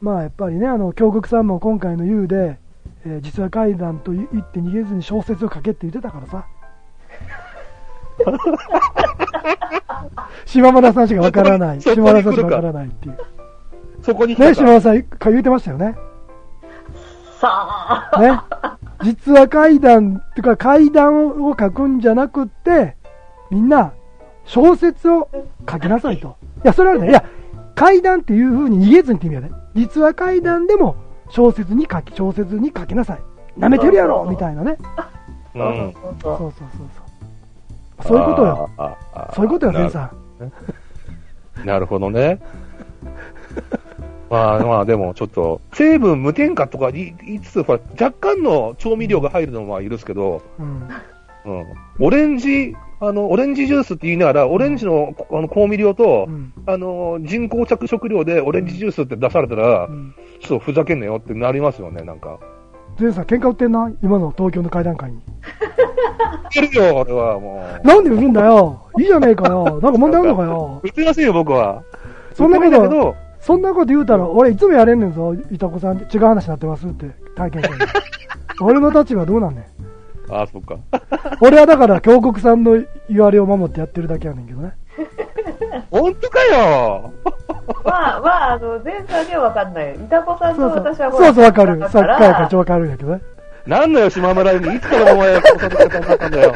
Speaker 1: まあ、やっぱりね、あの、京極さんも今回の U で、えー実は階段と言って逃げずに小説を書けって言ってたからさ。島村さんしかわからない。
Speaker 3: そ
Speaker 1: 島
Speaker 3: こに
Speaker 1: 村さんしかわからないっていう。
Speaker 3: そこに来
Speaker 1: ね、
Speaker 3: た
Speaker 1: 島
Speaker 3: か。
Speaker 1: 村さん、か言うてましたよね。
Speaker 2: さあ、
Speaker 1: ね、実は階段とか階段を書くんじゃなくって、みんな小説を書きなさいと。いや、それはね、いや、階段っていう風に逃げずにって意味やね。実は階段でも小説に書き、小説に書きなさい。舐めてるやろみたいなね。
Speaker 3: う。
Speaker 2: そうんそう
Speaker 1: そ
Speaker 2: そうう
Speaker 1: そうそうそう。そういうことよ。
Speaker 3: あー。あー
Speaker 1: そういうことよ、
Speaker 3: な
Speaker 1: 全さん。
Speaker 3: なるほ どね。まあまあ、でもちょっと、成分無添加とか言い言いつつ、ほら若干の調味料が入るのは許すけど、
Speaker 1: うん。
Speaker 3: うん、オレンジ、あの、オレンジジュースって言いながら、オレンジのこあの香味料と、
Speaker 1: うん。
Speaker 3: あの、人工着色料でオレンジジュースって出されたら、
Speaker 1: うん。
Speaker 3: ちょっとふざけんなよってなりますよね、なんか。
Speaker 1: 全さん、喧嘩売ってんな今の東京の階段階に。
Speaker 3: いるよ、俺はもう。
Speaker 1: なんで売るんだよいいじゃねえかよなんか問題あんのかよ
Speaker 3: 売ってませんよ、僕は。
Speaker 1: そんなこと
Speaker 3: 売っていだけど、
Speaker 1: そんなこと言うたら、俺いつもやれんねんぞ、いたこさん、違う話になってますって、体験者に。 俺の立場どうなんねん。
Speaker 3: ああ、そっか。
Speaker 1: 俺はだから、峡谷さんの言われを守ってやってるだけやねんけどね。
Speaker 3: 本当かよ
Speaker 2: まあ、まあ、あの、前回では分かんない。いたこさんと
Speaker 1: そうそう、
Speaker 2: 私
Speaker 1: そ
Speaker 2: は
Speaker 1: うそう、わかる。
Speaker 2: だ
Speaker 1: サッカーやから
Speaker 2: ら
Speaker 1: 超わかるんやけどね。
Speaker 3: なんだよ、島村由美。いつからお前、子育て方になったんだよ。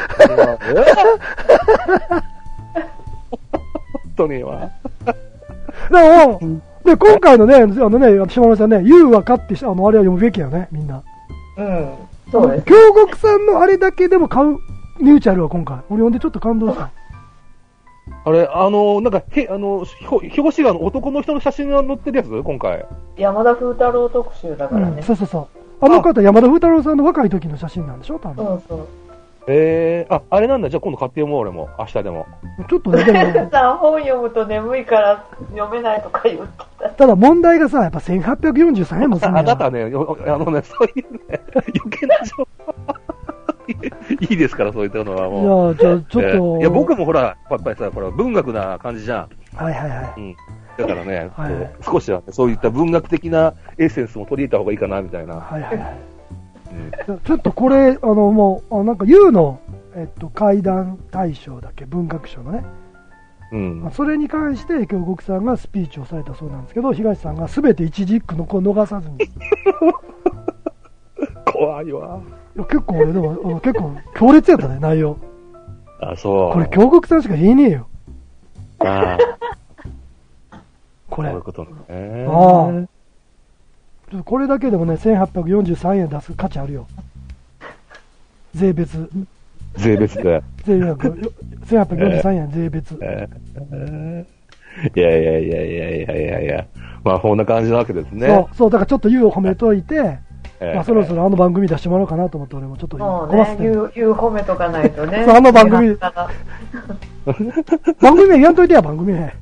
Speaker 3: 本当には。
Speaker 1: でも、で、今回のね、あのね、島村さんね、ユーは勝ってし、あの、あれは読むべきやよね、みんな。
Speaker 2: うん。そうです。
Speaker 1: 京極さんのあれだけでも買う、ニューチャルは今回。俺読んでちょっと感動した。
Speaker 3: あれ、あの、なんか、へ、あの、ひょ表紙があの男の人の写真が載ってるやつ今回。
Speaker 2: 山田風太郎特集だか
Speaker 1: う
Speaker 2: ら
Speaker 1: ん、
Speaker 2: ね。
Speaker 1: そうそうそう。あの方、山田風太郎さんの若い時の写真なんでしょ、多分。
Speaker 2: そうそう。
Speaker 3: えー、あ、あれなんだ。じゃあ今度買って読もう、俺も。明日でも。
Speaker 1: ちょっとね、でも、
Speaker 2: さん本読むと眠いから読めないとか言ってた。
Speaker 1: ただ問題がさ、やっぱ1843円もすんね
Speaker 3: あ
Speaker 1: ん
Speaker 3: なたね、よあのね、そういうね、余計な情報。いいですから、そういったのはもう。
Speaker 1: や、じゃあ、ちょっ
Speaker 3: えー
Speaker 1: と。
Speaker 3: いや、僕もほら、やっぱりさ、ほら、文学な感じじゃん。
Speaker 1: はいはいはい。
Speaker 3: だからね、
Speaker 1: はい
Speaker 3: こう少しはね、そういった文学的なエッセンスも取り入れた方がいいかな、みたいな。
Speaker 1: はいはいはい。
Speaker 3: うん
Speaker 1: いやちょっとこれ、あの、もう、あなんか、U の、えっと、怪談大賞だっけ、文学賞のね。
Speaker 3: うん。
Speaker 1: それに関して、京極さんがスピーチをされたそうなんですけど、東さんが全て一字一句のこう逃さ ずに。い
Speaker 3: 怖いわ。
Speaker 1: や結構俺でも、あの結構強烈やったね、内容。
Speaker 3: あ、そう。
Speaker 1: これ、京極さんしか言えねえよ。
Speaker 3: ああ、
Speaker 1: こ
Speaker 3: こう
Speaker 1: れ。
Speaker 3: い
Speaker 1: あ
Speaker 3: うことね。
Speaker 1: あ。ちょっとこれだけでもね、1843円出す価値あるよ。税別。
Speaker 3: 税別で。
Speaker 1: 税額1843円税別。
Speaker 3: えーいやいやいやいやいやいやいや。まあ、こんな感じなわけですね。
Speaker 1: そう、そう、だからちょっと U を褒めといて、
Speaker 3: えー
Speaker 1: まあ、そろそろあの番組出してもらおうかなと思って、俺もちょっと今、
Speaker 2: もう
Speaker 1: 困って
Speaker 2: ね、
Speaker 1: てる
Speaker 2: 言う、言う褒めとかないとね。
Speaker 1: そうあの番組
Speaker 2: なかなか
Speaker 1: 番組名言わんといてや、番組名。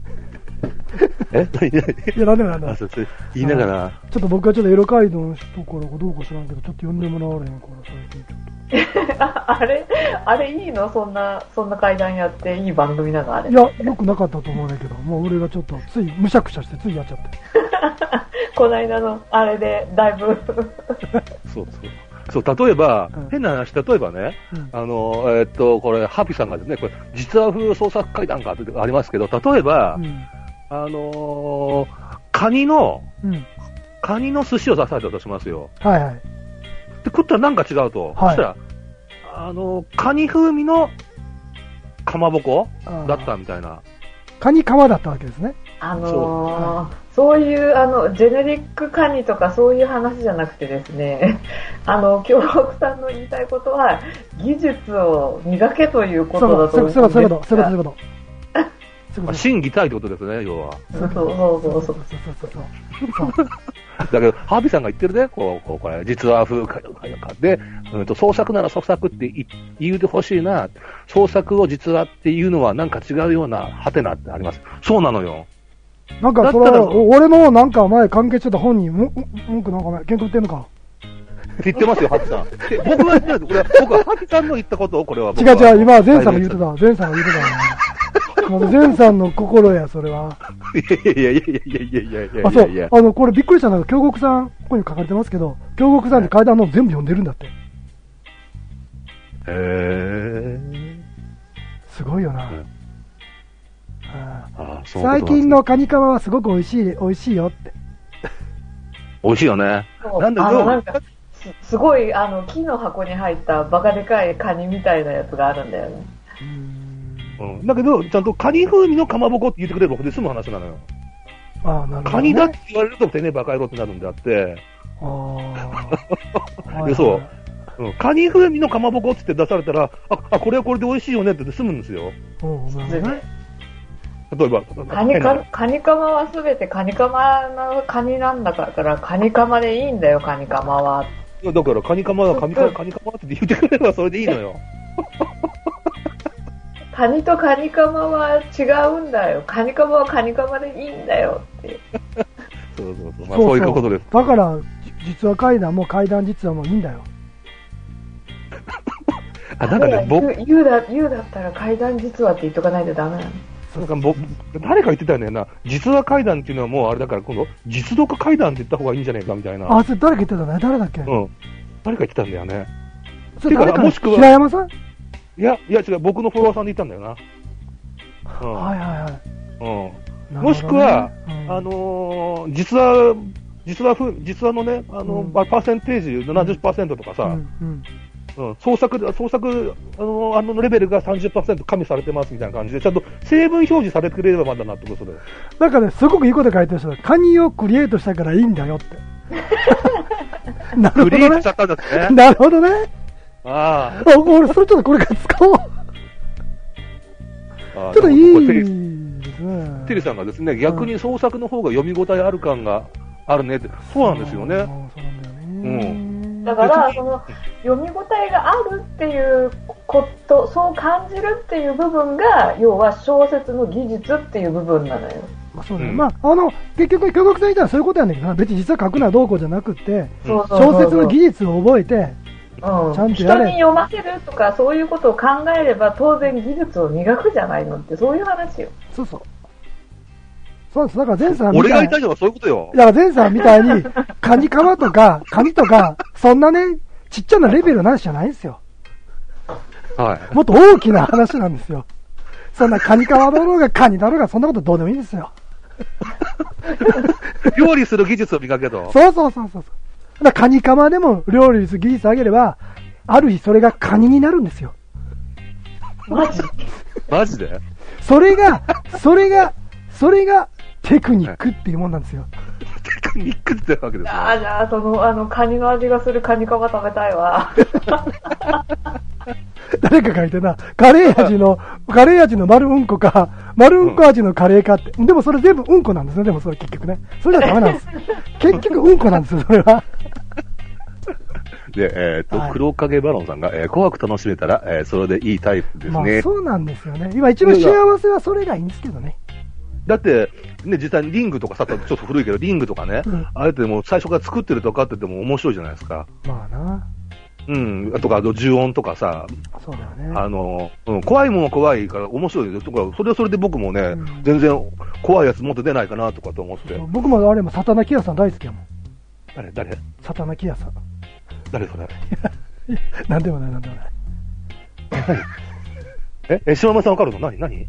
Speaker 3: え 何何
Speaker 1: いや、なんでもなんでも
Speaker 3: あ、。そう、それ言いながら、
Speaker 1: ちょっと僕はちょっとエロ街道の人からかどうか知らんけど、ちょっと呼んでもらわれへんから、最近ちょっ
Speaker 2: あ あれ、あれいいのそんな、そんな階段やっていい番組なのあれ。
Speaker 1: と。いや、よくなかったと思うねんだけど、もう俺がちょっとついむしゃくしゃして、ついやっちゃって。
Speaker 2: こないだのあれで、だいぶ。
Speaker 3: そうそう。そう、例えば、
Speaker 1: うん
Speaker 3: 変な話、例えばね、
Speaker 1: うん
Speaker 3: あの、えーっと、これ、ハピさんがですね、これ、実話風創作会談かってありますけど、例えば、
Speaker 1: う
Speaker 3: あのーカニの、
Speaker 1: ん。うん。
Speaker 3: カニの寿司を出されたとしますよ。
Speaker 1: はいはい。
Speaker 3: で、食ったらなんか違う
Speaker 1: は
Speaker 3: と。
Speaker 1: い
Speaker 3: そしたら、あのーカニ風味のかまぼこ
Speaker 1: あー
Speaker 3: だったみたいな。
Speaker 1: カニカマだったわけですね。
Speaker 2: あのーそういう、あの、ジェネリックカニとかそういう話じゃなくてですね、 あの、京極さんの言いたいことは、技術を磨けということだと
Speaker 1: そ
Speaker 2: 思う
Speaker 1: うんそうそういうこと、
Speaker 2: です
Speaker 1: そういうこと、そう
Speaker 2: が
Speaker 1: いうこと。そういう
Speaker 3: ま
Speaker 1: こと
Speaker 3: あ、審議たいってことですね、要は。
Speaker 2: そうそうそうそう。
Speaker 1: そうそう
Speaker 3: だけど、ハービーさんが言ってるね、こう、こうこれ、実は風かなんかで、うんと、創作なら創作ってい言うてほしいな、創作を実話っていうのはなんか違うような、ハテナってあります。そうなのよ。
Speaker 1: なんかそれ
Speaker 3: だったら
Speaker 1: はお俺もなんか前関係してた本人も文句なんかお前喧嘩売ってんのか
Speaker 3: って言ってますよ、ハービーさん。 で僕は言ってないです。僕は、僕はハービーさんの言ったことを、これは
Speaker 1: 違
Speaker 3: 僕
Speaker 1: う
Speaker 3: は。
Speaker 1: 違う今前さんが言ってた前さんが言ってた わまず前さんの心やそれは
Speaker 3: た。いやいやいやいやいやいやいやいや
Speaker 1: あ
Speaker 3: い
Speaker 1: そ
Speaker 3: や
Speaker 1: うあのこれびっくりしたのが京極さんここに書かれてますけど京極さんって階段の全部読んでるんだって
Speaker 3: へー
Speaker 1: すごいよな、
Speaker 3: うん
Speaker 1: ああ
Speaker 3: あそういう
Speaker 1: 最
Speaker 3: ことなんですね
Speaker 1: 近のカニカマはすごく美味しい美味しいよって
Speaker 3: 美味しいよね。
Speaker 2: そう
Speaker 3: なんだ
Speaker 2: あ
Speaker 3: どう
Speaker 2: のなんかすすごいあの木の箱に入ったバカでかいカニみたいなやつがあるんだよね。
Speaker 3: うん。だけど、ちゃんとカニ風味のかまぼこって言ってくれれば、これで済む話なのよ。
Speaker 1: ああなるほど、ね、
Speaker 3: カニだって言われると、てめえバカ野郎ってなるんであって、
Speaker 1: あ あ
Speaker 3: でそううんカニ風味のかまぼこって出されたら、あ、あこれはこれで美味しいよねって言って済むんですよ。
Speaker 1: うんなるほどね
Speaker 3: 例えば、
Speaker 2: カニ
Speaker 3: 変な
Speaker 2: カカニカマはすべてカニカマのカニなんだから、カニカマでいいんだよ、カニカマは。
Speaker 3: だから、カニカマだ、カニカマ、カニカマって言ってくれればそれでいいのよ。
Speaker 2: カニとカニカマは違うんだよ。カニカマはカニカマでいいんだよって。
Speaker 3: そうそうそう。まあ、そういうことです。
Speaker 1: だからじ実は階段も階段実はもういいんだよ
Speaker 3: あ、なんかね、僕、
Speaker 2: 言う言うだ言うだったら階段実はって言っとかないとダメなの。
Speaker 3: なんかぼ誰か言ってたよねな、実話怪談っていうのはもうあれだから、今度、実読怪談って言った方がいいんじゃないかみたいな。
Speaker 1: あそれ誰か言ってたね誰だっけ、
Speaker 3: うん。誰か言ってたんだよね。
Speaker 1: それ誰
Speaker 3: て
Speaker 1: か
Speaker 3: かもしくは
Speaker 1: 平山さん、
Speaker 3: いや、いや違う、僕のフォロワーさんで言ったんだよな。うん。
Speaker 1: はいはいはいなる
Speaker 3: うん。
Speaker 1: ほどね
Speaker 3: もしくは、
Speaker 1: うん
Speaker 3: あのー実は、実はふ、実はのね、あの、
Speaker 1: うん
Speaker 3: パーセンテージ70%とかさ、
Speaker 1: う
Speaker 3: うんん
Speaker 1: うん
Speaker 3: 創作で、創作、あのーあのレベルが30%加味されてますみたいな感じで、ちゃんと成分表示されてくれればまだなってことで。
Speaker 1: なんかね、すごくいいこと書いてる人がカニをクリエイトしたからいいんだよって。 なるほ
Speaker 3: ク
Speaker 1: ど
Speaker 3: リエイ
Speaker 1: ね
Speaker 3: トしちゃ。ったんだってね。
Speaker 1: なるほどね。
Speaker 3: あ
Speaker 1: あ俺、それちょっとこれから使おう。
Speaker 3: あああ。
Speaker 1: ちょっといい
Speaker 3: でもこれテリ
Speaker 1: ですね。
Speaker 3: テリさんがですね、逆に創作の方が読み応えある感があるねって、そうなんですよ
Speaker 1: う
Speaker 3: ね。
Speaker 1: んそうなんだよね。
Speaker 2: だから、その、読み応えがあるっていうこと、そう感じるっていう部分が、要は小説の技術っていう部分なのよ。
Speaker 1: まあそうだね。
Speaker 3: うん
Speaker 1: まあ、あの、結局、科学さん言ったらそういうことやねんけどな、別に実は書くのはどうこうじゃなくて、
Speaker 3: うん
Speaker 2: そうそうそう
Speaker 1: 小説の技術を覚えて、
Speaker 2: うん、
Speaker 1: ちゃんと
Speaker 2: 人
Speaker 1: やれ
Speaker 2: に読ませるとかそういうことを考えれば当然技術を磨くじゃないのってそういう話よ。
Speaker 1: そうそう。そうなんです。だから前さんみ
Speaker 3: 俺が
Speaker 1: た
Speaker 3: 言
Speaker 1: い
Speaker 3: いたいのはそういうことよ。
Speaker 1: だから前さんみたいに、カニカマと か、カニとか、そんなね、ちっちゃなレベルの話じゃないんですよ。
Speaker 3: はい。
Speaker 1: もっと大きな話なんですよ。そんなカニカマだろうがカニだろうが、そんなことどうでもいいんですよ。
Speaker 3: 料理する技術を磨けと。
Speaker 1: そうそうそうそうそう。だからカニカマでも料理技術上げれば、ある日それがカニになるんですよ。
Speaker 2: マジ
Speaker 3: マジで
Speaker 1: それが、それが、それがテクニックっていうもんなんですよ。
Speaker 3: テクニックってわけです
Speaker 2: ああ、
Speaker 3: ね。
Speaker 2: じゃあ、その、あの、カニの味がするカニカマ食べたい わ。
Speaker 1: 誰かがいてな、カレー味 の、カレー味の丸うんこか、丸うんこ味のカレーかって。でもそれ全部うんこなんですね、でもそれ結局ね。それじゃダメなん です。結局うんこなんですよ、それは。
Speaker 3: で、えっと
Speaker 1: は、い
Speaker 3: 黒影バロンさんが、えー怖く楽しめたら、えーそれでいいタイプです
Speaker 1: まあ
Speaker 3: ね。
Speaker 1: そうなんですよね。今一番幸せはそれがいいんですけどね。
Speaker 3: だって、ね、実際にリングとかさ、ちょっと古いけど、リングとかね
Speaker 1: うん、
Speaker 3: あえてもう最初から作ってるとかってても面白いじゃないですか。
Speaker 1: まあな。
Speaker 3: うん。とか、あと、重音とかさ、
Speaker 1: そうだよね。
Speaker 3: あの、うん、怖いもんは怖いから面白いよ。とか、それはそれで僕もね、
Speaker 1: うん
Speaker 3: 全然怖いやつもっと出ないかなとかと思って。
Speaker 1: 僕もあれも、サタナキヤさん大好きやもん。
Speaker 3: 誰誰
Speaker 1: サタナキヤさん。
Speaker 3: 誰それ
Speaker 1: なんでもない、なんでもない。
Speaker 3: ええ、島村さんわかるの何何
Speaker 2: し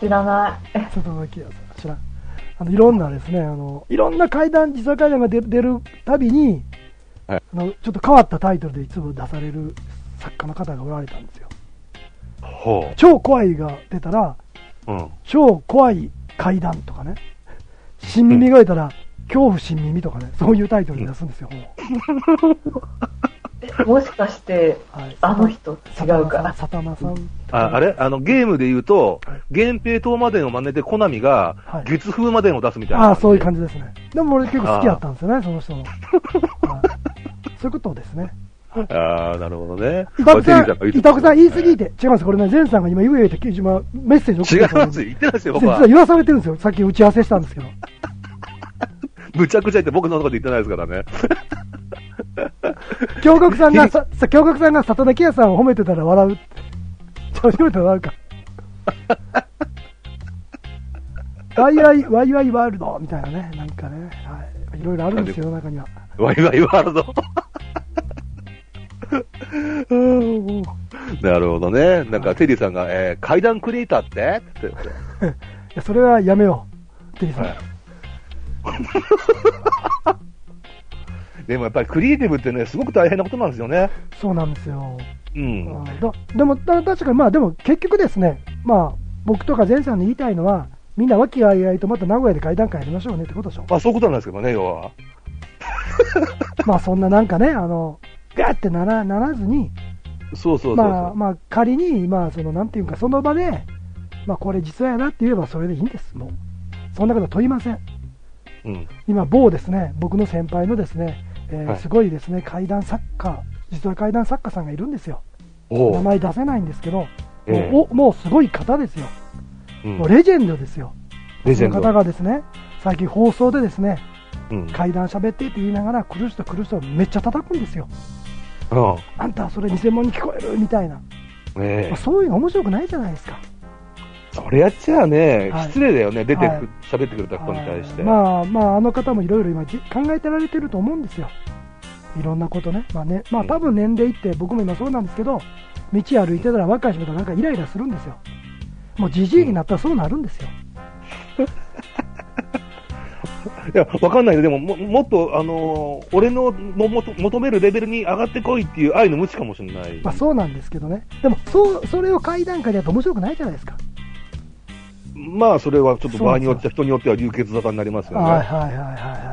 Speaker 2: 知らない。
Speaker 1: サタナキヤさん。知らん。あの、いろんなですね、あの、いろんな階段、実際階段が出る出るたびに、
Speaker 3: はい
Speaker 1: あの、ちょっと変わったタイトルでいつも出される作家の方がおられたんですよ。
Speaker 3: ほ
Speaker 1: 超怖いが出たら、
Speaker 3: う。うん。
Speaker 1: 超怖い階段とかね。新耳が出たら、恐怖新耳とかね、そういうタイトルで出すんですよ、も
Speaker 2: もしかして、
Speaker 1: う。はい
Speaker 2: あの人違
Speaker 1: サタナ
Speaker 2: うか。
Speaker 1: サタナさん。
Speaker 3: ああれあの、ゲームで言うと、源平東馬伝を真似て、コナミが
Speaker 1: はい、
Speaker 3: 月風魔伝を出すみたいな。
Speaker 1: ああ、そういう感じですね。でも俺結構好きだったんですよね、その 人の。はいそういうことですね。
Speaker 3: じ。ああ、なるほどね。
Speaker 1: 伊沢さん、
Speaker 3: まあ
Speaker 1: 伊沢さん言い過ぎ。て、違います。これね、前さんが今言えよって今メッセージ送
Speaker 3: 違
Speaker 1: って
Speaker 3: い
Speaker 1: たん
Speaker 3: ま
Speaker 1: ですす
Speaker 3: よ。
Speaker 1: よ。
Speaker 3: 言ってないですよ、僕
Speaker 1: 実
Speaker 3: は
Speaker 1: は。言わされてるんですよ。さっき打ち合わせしたんです けど。
Speaker 3: むちゃくちゃ言って僕のこと言ってないですからね。
Speaker 1: 京極さんが、さ、さ京極さんが里田圭也さんを褒めてたら笑うって。初めて笑うか。ワイワイ、ワイワイワールドみたいなね、なんかね。はい。いろいろあるんですよ、世の中には。
Speaker 3: ワイワイワールド。 なるほどね。なんか、テリーさんが、えー階段クリエイターってって言って
Speaker 1: いや、それはやめよう。テリーさん。
Speaker 3: はいでもやっぱりクリエイティブってね、すごく大変なことなんですよね。
Speaker 1: そうなんですよ。
Speaker 3: うん。
Speaker 1: だでもだ、確かに、まあ、でも結局ですね、まあ、僕とか前さんに言いたいのは、みんな和気あいあいとまた名古屋で会談会やりましょうねってことでしょ。
Speaker 3: まあそういうことなんですけどね、要は。
Speaker 1: まあ、そんななんかね、あの、ガーってならならずに、
Speaker 3: そうそうそうそう。
Speaker 1: まあ、まあ、仮に、まあ、その、なんていうか、その場で、まあ、これ実はやなって言えばそれでいいんです、もう。そんなこと問いません。
Speaker 3: うん。
Speaker 1: 今、某ですね、僕の先輩のですね、えー
Speaker 3: はい
Speaker 1: すごいですね、怪談作家、実は怪談作家さんがいるんですよ。
Speaker 3: お
Speaker 1: 名
Speaker 3: う
Speaker 1: 前出せないんですけど、もう
Speaker 3: ええ
Speaker 1: おもうすごい方ですよ。
Speaker 3: うん
Speaker 1: もうレジェンドですよ。
Speaker 3: レ
Speaker 1: その方がですね、最近放送でですね、
Speaker 3: うん。
Speaker 1: 階段喋ってって言いながら、来る人来る人めっちゃ叩くんですよ。
Speaker 3: うん
Speaker 1: あんたそれ偽物に聞こえるみたいな。
Speaker 3: ねえ
Speaker 1: まあそういうの面白くないじゃないですか。
Speaker 3: それやっちゃあね、
Speaker 1: はい
Speaker 3: 失礼だよね、出てく、
Speaker 1: はい
Speaker 3: 喋ってくれた人に対して。
Speaker 1: あーまあまあ、あの方もいろいろ今じ考えてられてると思うんですよ。いろんなことね。まあね、まあ多分年齢いって僕も今そうなんですけど、道歩いてたら若い人となんかイライラするんですよ。もうじじいになったらそうなるんですよ。
Speaker 3: いや、わかんないよ。でも、ももっと、あのー俺ののもと求めるレベルに上がってこいっていう愛の無知かもしれない。
Speaker 1: まあそうなんですけどね。でも、そう、それを階段階でやると面白くないじゃないですか。
Speaker 3: まあ、それはちょっと
Speaker 1: そう
Speaker 3: 場
Speaker 1: な
Speaker 3: 合
Speaker 1: んで
Speaker 3: に
Speaker 1: すよ
Speaker 3: よっては、人によっては流血沙汰になりますよね。
Speaker 1: はいはいはいはいは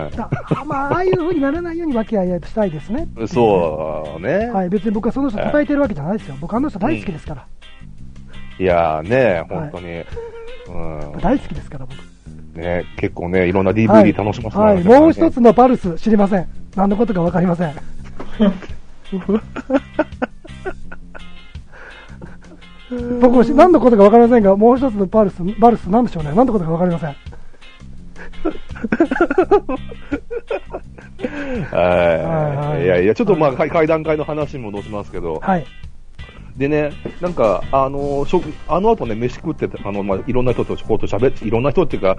Speaker 1: い。
Speaker 3: は
Speaker 1: だまあ、ああいう風にならないように和気あいあいとしたいですね。
Speaker 3: い、そうね、
Speaker 1: はい、別に僕はその人叩いてるわけじゃないですよ。僕あの人大好きですから。
Speaker 3: い、やーね、本当に、う
Speaker 1: 大好きですから、僕。
Speaker 3: んね、結構ね、いろんな
Speaker 1: はい
Speaker 3: DVD 楽しませてもら
Speaker 1: はいい、
Speaker 3: ましたからね
Speaker 1: もう一つのパルス知りません。何のことかわかりません。僕もし何のことかわかりませんが、もう一つのパルス、バルスなんでしょうね。何のことかわかりません。はい
Speaker 3: は。
Speaker 1: はいい
Speaker 3: いやいや、ちょっとまあ、かい会談会の話に戻しますけど、
Speaker 1: はい。
Speaker 3: でね、なんか、あの、しょあの後ね、飯食ってて、あの、まあ、いろんな人と、こうと喋って、いろんな人っていうか、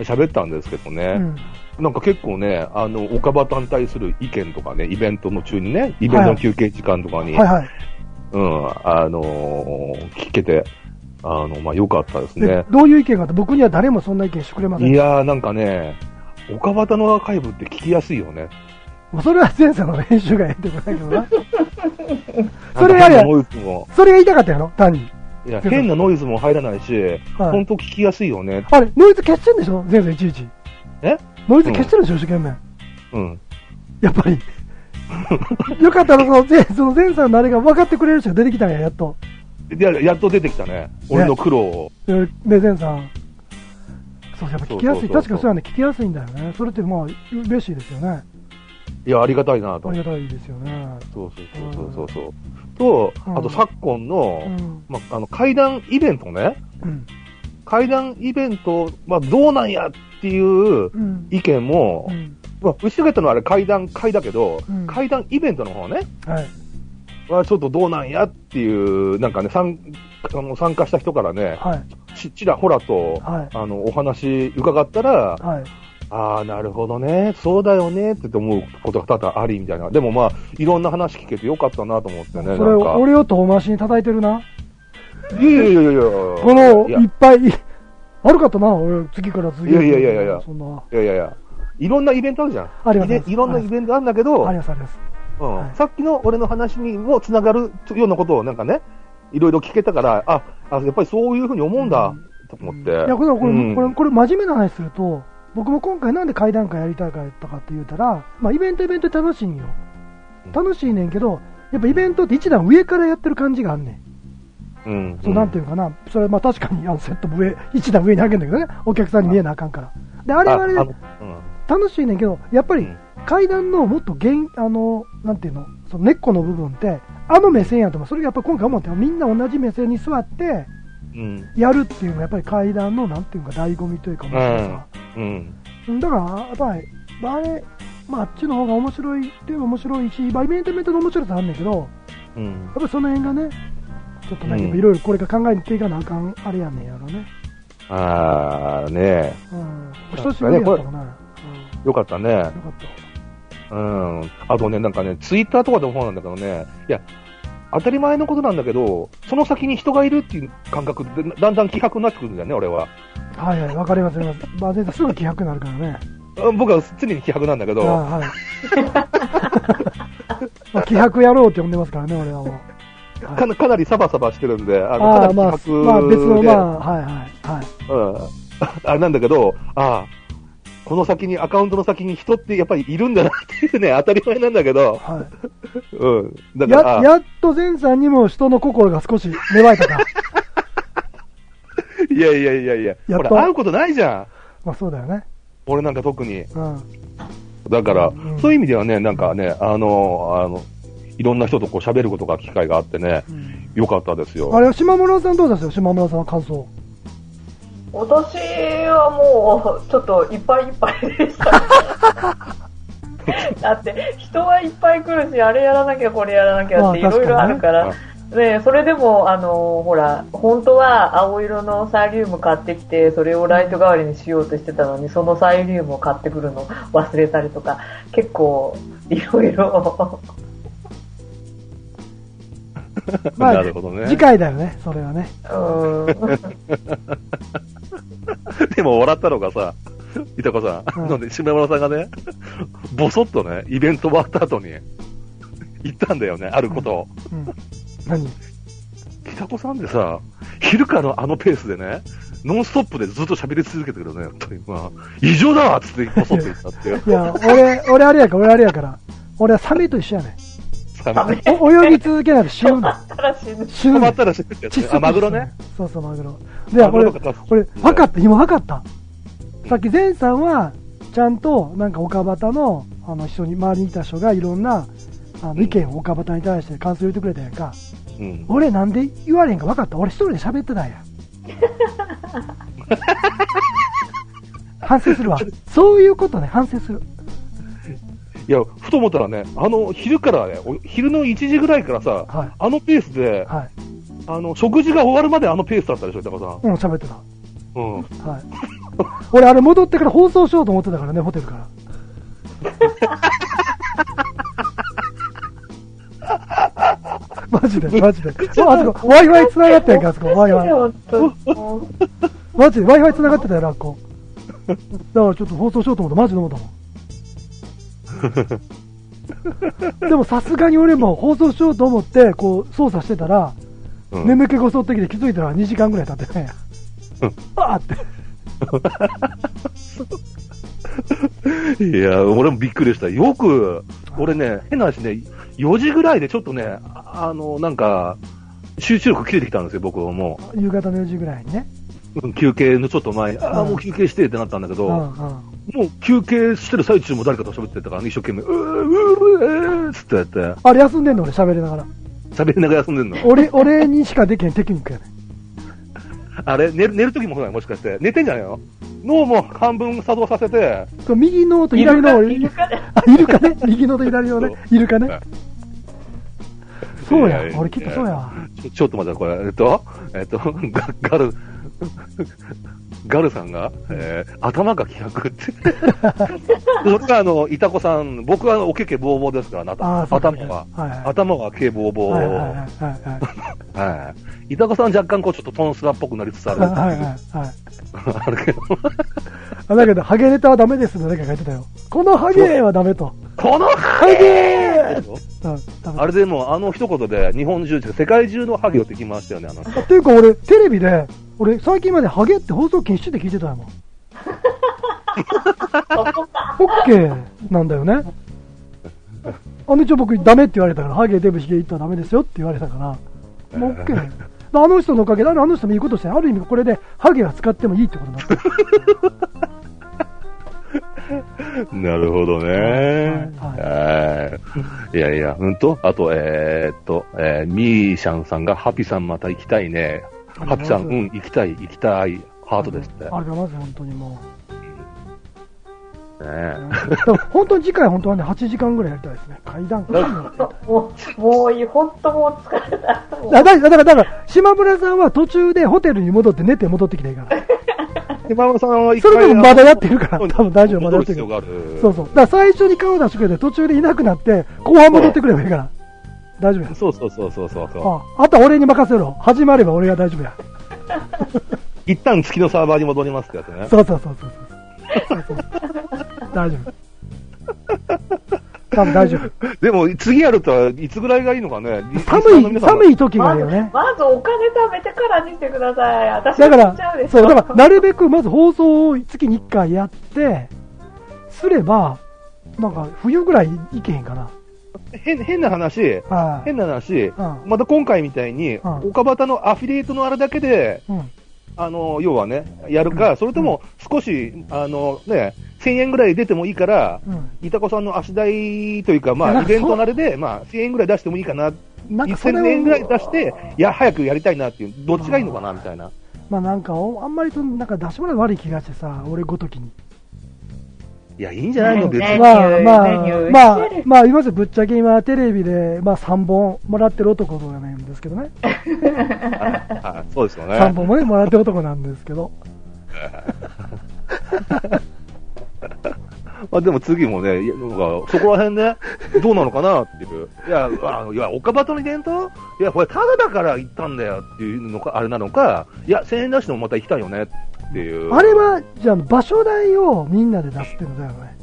Speaker 3: 喋ったんですけど
Speaker 1: う
Speaker 3: ね、
Speaker 1: ん。
Speaker 3: なんか結構ね、あの、岡場単体する意見とかね、イベントの中にね、イベントの休憩時間とかに、
Speaker 1: はいはい。
Speaker 3: うん、あのー聞けて、あの、まあ、良かったです
Speaker 1: で
Speaker 3: ね。
Speaker 1: どういう意見があって、僕には誰もそんな意見してくれません。
Speaker 3: いやー、なんかね、岡端のアーカイブって聞きやすいよね。
Speaker 1: もうそれは前世の練習がええってことだけどな。それやれ
Speaker 3: なんか変なノイズも、
Speaker 1: それが言いたかったやろ単に。
Speaker 3: いや、変なノイズも入らないし、
Speaker 1: はい
Speaker 3: 本当聞きやすいよね。
Speaker 1: あれ、ノイズ消してんでしょ前世いちいち。
Speaker 3: え
Speaker 1: ノイズ消してるでしょ一生懸命。
Speaker 3: うん。
Speaker 1: やっぱり。 よかったらその前、その前世のあれが分かってくれる人が出てきたんや、やっと。
Speaker 3: で、やっと出てきたね。俺の苦労を。
Speaker 1: えーね、前さん。そう、やっぱ聞きやすい。
Speaker 3: そうそうそうそ
Speaker 1: 確
Speaker 3: う
Speaker 1: かにそうやね、聞きやすいんだよね。それってまあ、嬉しいですよね。
Speaker 3: いや、ありがたいなと
Speaker 1: あり。がたいですよね。
Speaker 3: そうそうそうそうそう。と、
Speaker 1: うん
Speaker 3: あと昨今の、
Speaker 1: うん。
Speaker 3: まあ、あの、会談イベントね。
Speaker 1: うん。
Speaker 3: 会談イベント、まあ、どうなんやってい
Speaker 1: う
Speaker 3: う
Speaker 1: ん。
Speaker 3: 意見も、
Speaker 1: うん
Speaker 3: まあ、後ろげたのはあれ会談会だけど、
Speaker 1: うん
Speaker 3: 会談イベントの方ね、
Speaker 1: はい。
Speaker 3: はちょっとどうなんやっていう、なんかね、参あの参加した人からね、
Speaker 1: はい。
Speaker 3: ちちらほらと、
Speaker 1: はい。
Speaker 3: あの、お話伺ったら、
Speaker 1: はい。
Speaker 3: ああ、なるほどね、そうだよねって思うことが多々ありみたいな。でもまあ、いろんな話聞けてよかったなと思ってね、な
Speaker 1: それ
Speaker 3: んか。
Speaker 1: 俺を遠回しに叩いてるな。
Speaker 3: いやいやいやいやいや。
Speaker 1: この、
Speaker 3: いや
Speaker 1: いっぱい、 悪かったな、俺、次から次へと
Speaker 3: いやいやいやいや
Speaker 1: そんな。
Speaker 3: いやいやいや。いろんなイベントあるじゃん。
Speaker 1: あります
Speaker 3: イベいろんなイベントあるんだけど、
Speaker 1: あります、あります。
Speaker 3: うん
Speaker 1: はい
Speaker 3: さっきの俺の話にもつながるようなことをなんかね、いろいろ聞けたから、あ、あやっぱりそういうふうに思うんだ、
Speaker 1: うん
Speaker 3: と思って。
Speaker 1: いや、これ、これ、
Speaker 3: うん
Speaker 1: これ、これ真面目な話すると、僕も今回なんで会談会やりたかったかって言うたら、まあ、イベントイベントで楽しいんよ
Speaker 3: うん。
Speaker 1: 楽しいねんけど、やっぱイベントって一段上からやってる感じがあんねん。
Speaker 3: うん。
Speaker 1: そうなんていうかな、それはまあ確かにあのセットも上、一段上に上げるんだけどね、お客さんに見えなあかんから。で、あ
Speaker 3: あ
Speaker 1: れはあれで
Speaker 3: あのうん
Speaker 1: 楽しいねんけど、やっぱり
Speaker 3: うん
Speaker 1: 階段のもっと元あの、なんていうの、その根っこの部分って、あの目線やと思う。それがやっぱ今回思って、みんな同じ目線に座って、
Speaker 3: うん。
Speaker 1: やるっていうのがやっぱり階段の、なんていうか、醍醐味というか、面白さ。
Speaker 3: うん。
Speaker 1: うんだから、やっぱり、あれ、まあ、あっちの方が面白いっていうの面白いし、まあ、イベントイベントの面白さあんねんけど、やっ
Speaker 3: うん。
Speaker 1: ぱりその辺がね、ちょっと
Speaker 3: う
Speaker 1: ね、
Speaker 3: ん
Speaker 1: いろいろこれから考えていかなあかん、あれやねんやろね。
Speaker 3: ああ、ね
Speaker 1: うん。お久しぶりやったかな。
Speaker 3: えよかったね
Speaker 1: うん。。よかった。
Speaker 3: うん。あとね、なんかね、ツイッターとかでもそうなんだけどね、いや、当たり前のことなんだけど、その先に人がいるっていう感覚で、だんだん気迫になってくるんだよね、俺は。
Speaker 1: はいはい、わかります、わかります。まあ、全然すぐ気迫になるからね。
Speaker 3: うん僕は常に気迫なんだけ
Speaker 1: あ
Speaker 3: ど、
Speaker 1: あはい。 まあ、気迫野郎って呼んでますからね、俺はもう。
Speaker 3: かなかなりサバサバしてるんで、あのかな
Speaker 1: ああ、
Speaker 3: り
Speaker 1: まあ、
Speaker 3: 気迫で、
Speaker 1: まあ、別の、まあ、はいはい、はい。
Speaker 3: うん、 あなんだけど、ああ、この先に、アカウントの先に人ってやっぱりいるんだなっていうね、当たり前なんだけど、
Speaker 1: は
Speaker 3: うん、だ
Speaker 1: い、
Speaker 3: か
Speaker 1: や
Speaker 3: ら、
Speaker 1: やっと前さんにも人の心が少し芽生えたか。
Speaker 3: いやいやいやいや、
Speaker 1: やっ
Speaker 3: ほ
Speaker 1: と
Speaker 3: ら、会うことないじゃん、
Speaker 1: まあそうだよね。
Speaker 3: 俺なんか特に。
Speaker 1: うん。
Speaker 3: だから、
Speaker 1: うん
Speaker 3: そういう意味ではね、なんかね、あの、あの、いろんな人とこう喋ることが、機会があってね、よかったですよ。
Speaker 1: あれ、島村さんどうですよ島村さんは感想。
Speaker 2: 私はもう、ちょっといっぱいいっぱいでした。だって、人はいっぱい来るし、あれやらなきゃこれやらなきゃってい
Speaker 1: まあ
Speaker 2: ろいろあるから、
Speaker 3: 確
Speaker 2: ね、それでも、あの、ほら、本当は青色のサイリウム買ってきて、それをライト代わりにしようとしてたのに、そのサイリウムを買ってくるの忘れたりとか、結構、いろいろ。
Speaker 1: まあ
Speaker 3: なるほどね
Speaker 1: 次。回だよね、それはね。
Speaker 2: うん
Speaker 3: でも笑ったのがさ、いたこさん、
Speaker 1: うん
Speaker 3: なんで、島村さんがね、ぼそっとね、イベント終わった後に、言ったんだよね、あることを。
Speaker 1: うん。何
Speaker 3: いたこさんでさ、昼からのあのペースでね、ノンストップでずっと喋り続けてくるね、やっぱりまあ、異常だわっつって、ぼそっと言ったっていう。
Speaker 1: いや、俺、俺あれやから、俺あれやから。俺はサメと一緒やね
Speaker 3: さあ
Speaker 1: ん。お泳ぎ続けないと死ぬんだ。
Speaker 2: 新しいね
Speaker 1: 死ぬ
Speaker 3: 止
Speaker 1: ん
Speaker 3: ま
Speaker 1: だ
Speaker 3: っ。たらしいってやつ
Speaker 1: 窒
Speaker 3: ね
Speaker 1: 息
Speaker 3: あ、マグロね。。
Speaker 1: そうそう、マグロ。で、
Speaker 3: マグロ
Speaker 1: 俺
Speaker 3: とか、
Speaker 1: 俺、分かった、今分かった。さっき前さんは、ちゃんと、なんか、岡端の、あの、人に、周りにいた人が、いろんな、あの、意見を岡端に対して感想言ってくれたやんか。
Speaker 3: うん。
Speaker 1: 俺、なんで言われへんか分かった。俺、一人で喋ってたんや。反省するわ。そういうことね、反省する。
Speaker 3: いや、ふと思ったらね、あの、昼からね、お昼の1時ぐらいからさ、
Speaker 1: はい
Speaker 3: あのペースで、
Speaker 1: はい。
Speaker 3: あの、食事が終わるまであのペースだったでしょ、高さ
Speaker 1: うん、喋ってた。
Speaker 3: ん。うん。
Speaker 1: はい。俺、あれ戻ってから放送しようと思ってたからね、ホテルから。マジで、マジで。ああそこ、Wi-Fi 繋がってんか、あそこ、Wi-Fi。
Speaker 2: 本当にもう
Speaker 1: マジで、Wi-Fi 繋がってたよな、あっこ。だからちょっと放送しようと思った、マジで思った もん。でもさすがに俺も放送しようと思って、こう、操作してたら、
Speaker 3: うん
Speaker 1: 眠気が襲ってきて気づいたら2時間ぐらい経ってね
Speaker 3: うん。
Speaker 1: あーって。
Speaker 3: いや、俺もびっくりした。よく、俺ね、変な話ね、4時ぐらいでちょっとね、ああの、なんか、集中力切れてきたんですよ、僕はも
Speaker 1: 夕方の4時ぐらいにね。
Speaker 3: ううん。休憩のちょっと前、ああ、
Speaker 1: うん
Speaker 3: もう休憩してってなったんだけど、
Speaker 1: うんう
Speaker 3: も
Speaker 1: ん。あ
Speaker 3: う休憩してる最中も誰かと喋ってたからね、一生懸命、うー、うー、うー、つってやって、
Speaker 1: れ休んでんの俺喋りながら。
Speaker 3: 喋りながら休んでんの。
Speaker 1: 俺、俺にしかできへんテクニックやね
Speaker 3: あれ寝る寝る時もそうなのもしかして。寝てんじゃないの脳も半分作動させて、
Speaker 1: これ右のと左の俺、
Speaker 2: イルカイル
Speaker 1: あ、イルカね。右のと左のね。イルカね。そうや
Speaker 3: いい。
Speaker 1: 俺きっとそうやわ。
Speaker 3: ちょちょっと待って、これ、えっと、えっと、 ガガル、ガルさんが、えー頭が気 迫って。僕はあの、いたこさん、僕はあのおけけぼうぼうですから、あなた
Speaker 1: ああ、そうか
Speaker 3: 頭が、
Speaker 1: はいはい
Speaker 3: 頭がけぼうぼう。
Speaker 1: はいはいはい
Speaker 3: は
Speaker 1: はいはい。
Speaker 3: い。いたこさん若干こう、ちょっとトンスラっぽくなりつつある。
Speaker 1: はいはいはい。
Speaker 3: あるけど、
Speaker 1: あだけど、ハゲネタはダメですって誰かが言ってたよ。このハゲはダメと。
Speaker 3: このハゲー
Speaker 1: うん、ダメ
Speaker 3: あれでも、あの一言で、日本中、世界中のハゲを敵に回したよね、あの人。
Speaker 1: っていうか俺、テレビで、俺、最近までハゲって放送禁止って聞いてたよもん。オッケーなんだよね。あの一応僕、ダメって言われたから、ハゲ、デブ、ヒゲ言ったらダメですよって言われたから、もうオッケー。あの人のおかげで、あの人もいいことして、ある意味これで、ハゲは使ってもいいってことになった。
Speaker 3: なるほどね。はい。いやいや、うんと、あと、えーっと、えー、ミーシャンさんが、ハピさんまた行きたいね。ハピさん、うん、行きたい、行きたい、ハートですって。ね
Speaker 1: ありがとうございます、本当にもう。
Speaker 3: え
Speaker 1: でも本当に次回、本当はね、8時間ぐらいやりたいですね。階段階段やりたい
Speaker 2: もう、もういい、本当もう疲れた。もう
Speaker 1: あだだから、だから、島村さんは途中でホテルに戻って寝て戻ってきていいから。
Speaker 3: 今村さんは一
Speaker 1: そ
Speaker 3: 回
Speaker 1: れでもまだやってるから、多分大丈夫、まだや
Speaker 3: 戻
Speaker 1: っ
Speaker 3: る
Speaker 1: て
Speaker 3: 必
Speaker 1: る
Speaker 3: 要
Speaker 1: か
Speaker 3: が
Speaker 1: ら。
Speaker 3: ある。
Speaker 1: そうそう。だから最初に顔出してくれて、途中でいなくなって、後半戻ってくればいいから。大丈夫や。
Speaker 3: そうそうそうそうそうそう。
Speaker 1: ああとは俺に任せろ。始まれば俺が大丈夫や。
Speaker 3: 一旦月のサーバーに戻りますってやつね。
Speaker 1: そうそうそうそうそう。そうそう大丈夫。多分大丈夫。
Speaker 3: でも、次やると、いつぐらいがいいのかね。
Speaker 1: 寒い、寒
Speaker 3: い。
Speaker 1: い時があ
Speaker 2: ま
Speaker 1: る
Speaker 2: ず
Speaker 1: よね。
Speaker 2: まずお金貯めてからにしてください。私
Speaker 1: だか
Speaker 2: 死んじゃうで
Speaker 1: ら、
Speaker 2: し
Speaker 1: そ
Speaker 2: ょ
Speaker 1: う、だから、なるべくまず放送を月に1回やって、すれば、なんか冬ぐらいいけへんかな。
Speaker 3: 変変な話、
Speaker 1: はい
Speaker 3: 変。な話、
Speaker 1: うん
Speaker 3: また今回みたいに、
Speaker 1: うん
Speaker 3: 岡端のアフィリエイトのあれだけで、
Speaker 1: うん。
Speaker 3: あの要はね、やるか、それとも少し、あのね、1000円ぐらい出てもいいから、
Speaker 1: うん。
Speaker 3: いたこさんの足代というか、
Speaker 1: いや
Speaker 3: ま
Speaker 1: なん
Speaker 3: あ、イ
Speaker 1: かそう
Speaker 3: ベントのあれで、まあ、1000円ぐらい出してもいいかな、
Speaker 1: なんかそれ
Speaker 3: 1000円ぐらい
Speaker 1: を、
Speaker 3: 出して、いや、早くやりたいなっていう、どっちがいいのかなみたいな。
Speaker 1: まあなんかお、あんまりと、なんか出し物悪い気がしてさ、俺ごときに。
Speaker 3: いや、いいんじゃないの、別
Speaker 2: メ
Speaker 3: に
Speaker 2: ニ。
Speaker 1: ま
Speaker 2: ュ
Speaker 1: あ
Speaker 2: ー
Speaker 1: ま
Speaker 2: メ
Speaker 1: あ
Speaker 2: ニュ、ー
Speaker 1: まあ、まあ、今じゃぶっちゃけ今テレビで、まあ3本もらってる男なんですけどね。
Speaker 3: あそうですよ
Speaker 1: 3
Speaker 3: ね。
Speaker 1: 本もね、もらってる男なんですけど。
Speaker 3: まあ、でも次もね、いやなんかそこら 辺ね、どうなのかなっていう。いや、あのいや、岡端のイベントいや、これタダだから行ったんだよっていうのか、あれなのか、いや、1000円出してもまた行きたいよねっていう。
Speaker 1: あれは、じゃあ場所代をみんなで出すっていうのだよね。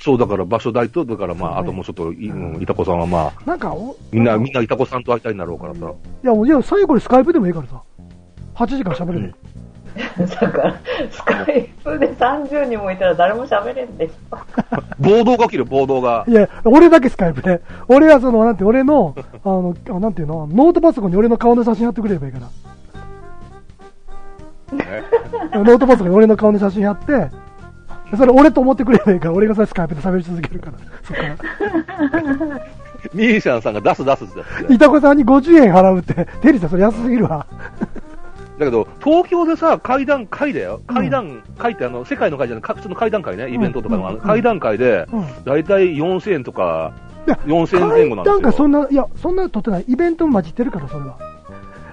Speaker 3: そう、だから場所代と、だからまあ、
Speaker 1: そう
Speaker 3: あ
Speaker 1: ね
Speaker 3: ともうちょっとい、
Speaker 1: うん
Speaker 3: うんいたこさんはまあ、
Speaker 1: なんかお、
Speaker 3: みんな、みんなイタコさんと会いたいんだろうからさ。
Speaker 1: いや、もういや、最後にスカイプでもいいからさ。8時間喋れるよ。
Speaker 2: だから、スカイプで30人もいたら誰も喋れんでしょ。
Speaker 3: 暴動が起きる、暴動 が。
Speaker 1: いや、俺だけスカイプで。俺はその、なんて、俺の、あの、あなんていうの、ノートパソコンに俺の顔の写真やってくれればいいから。
Speaker 3: ね
Speaker 1: ノートパソコンに俺の顔の写真やって、それ俺と思ってくれればいいから、俺がさ、スカイプで喋り続けるから。そっから。
Speaker 3: ミーシャンさんが出す出すって言って
Speaker 1: いたこさんに50円払うって、テリーさんそれ安すぎるわ。
Speaker 3: だけど、東京でさ、階段階だよ。階段階ってあの、世界の階じゃない、か普通の階段階ね、イベントとかの、あ
Speaker 1: う
Speaker 3: の
Speaker 1: ん
Speaker 3: 階段階で、
Speaker 1: うん。
Speaker 3: だいたい4000円とか、
Speaker 1: いや
Speaker 3: 4000円前後なんですよ。
Speaker 1: 階段階そんな、いや、そんな取ってない。イベントも混じってるから、それは。だ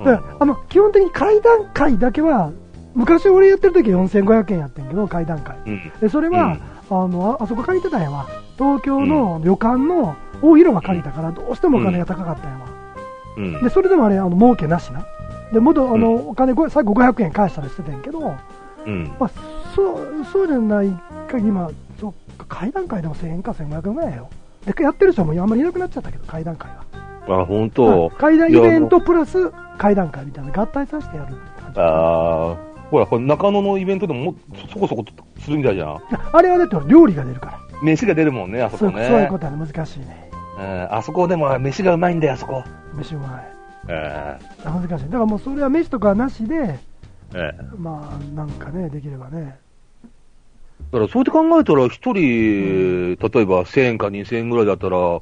Speaker 3: う
Speaker 1: か
Speaker 3: ん
Speaker 1: ら、あの、基本的に階段階だけは、昔俺やってる時は4500円やってんけど、階段階。
Speaker 3: うん。
Speaker 1: で、それは、あの、ああそこ借りてたんやわ。東京の旅館の大広間借りたから、どうしてもお金が高かったんやわ。
Speaker 3: うん。
Speaker 1: で、それでもあれ、あの、儲けなしな。で、元、あの、お金、ご最後500円返したりしてたんやけど、ま
Speaker 3: うん。
Speaker 1: あ、そう、そうじゃないか、今、そう階段階でも1000円か1500円ぐらいやよ。で、やってる人もあんまりいなくなっちゃったけど、階段階は。
Speaker 3: あ、本当
Speaker 1: はい階段イベントプラス階段階みたいな合体させてやるって感じ。
Speaker 3: あーほら、これ中野のイベントでももそそこそこするみたいじゃん。
Speaker 1: あれはだって料理が出るから。
Speaker 3: 飯が出るもんね、あそ
Speaker 1: そう
Speaker 3: こ
Speaker 1: そう
Speaker 3: ね。
Speaker 1: いうことはね、難しいね。
Speaker 3: うん、あそこでも飯がうまいんだよ、あそこ。
Speaker 1: 飯うまい。
Speaker 3: え
Speaker 1: 難しい。だからもうそれは飯とかはなしで、
Speaker 3: えええ
Speaker 1: まあなんかね、できればね。
Speaker 3: だから、そうやって考えたら、一人、例えば1000円か2000円ぐらいだったら、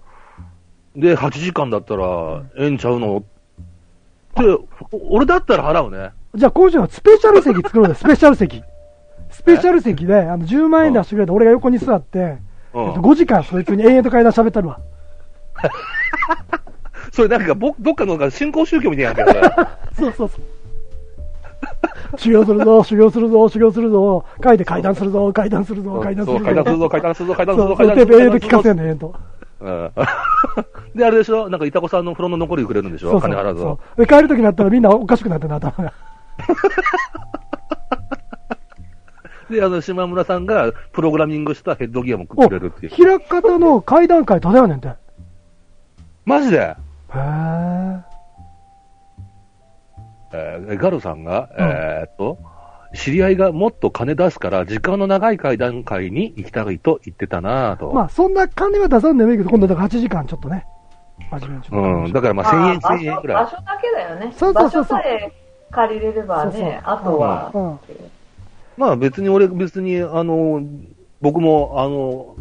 Speaker 3: で、8時間だったら、ええんちゃうのって、お俺だったら払うね。
Speaker 1: じゃあ今週はスペシャル席作ろうぜ、スペシャル 席。スペシャル席で、あの、10万円出してくれて、俺が横に座って、
Speaker 3: う
Speaker 1: えっと
Speaker 3: ん。
Speaker 1: 5時間そいつに延々と階段喋ったる わ。
Speaker 3: それなんか、ぼどっかのなんか新興宗教みたいなやつやから。
Speaker 1: そうそうそう。修行するぞ、修行するぞ、修行するぞ、書いて階段するぞ、階段する ぞ、階段す
Speaker 3: そう、階段するぞ、階段するぞ、階段する
Speaker 1: そうそ
Speaker 3: ぞ、階
Speaker 1: う、
Speaker 3: 段
Speaker 1: テー
Speaker 3: するぞ。
Speaker 1: プ永遠と聞かせんね、永遠と。
Speaker 3: うん。で、あれでしょなんか、 イタコさんの風呂の残りくれるんでしょ
Speaker 1: そうそう
Speaker 3: 金払うぞ。
Speaker 1: そうで帰る時になったらみんなおかしくなってな、頭が。
Speaker 3: で、あの、島村さんがプログラミングしたヘッドギアもく
Speaker 1: お、
Speaker 3: れるっていう。
Speaker 1: 平方の階段階ただよねんて。へ
Speaker 3: マジで、
Speaker 1: ー
Speaker 3: えーガルさんが、えーっと、知り合いがもっと金出すから、時間の長い階段階に行きたいと言ってたなぁと。
Speaker 1: まあ、そんな金は出さんでもいいけど、今度だから8時間ちょっとね。真面目にちょっと話しましょう。
Speaker 3: うん、だからまあ
Speaker 2: まあ
Speaker 3: 1000円、1000円くらい
Speaker 2: 場。所場所だけだよね。
Speaker 1: そうそうそうそう
Speaker 2: 場所さえ借りれればね、
Speaker 1: そうそう
Speaker 2: あとは、
Speaker 1: うん
Speaker 3: まあ別に俺、別に、あの、僕も、あの、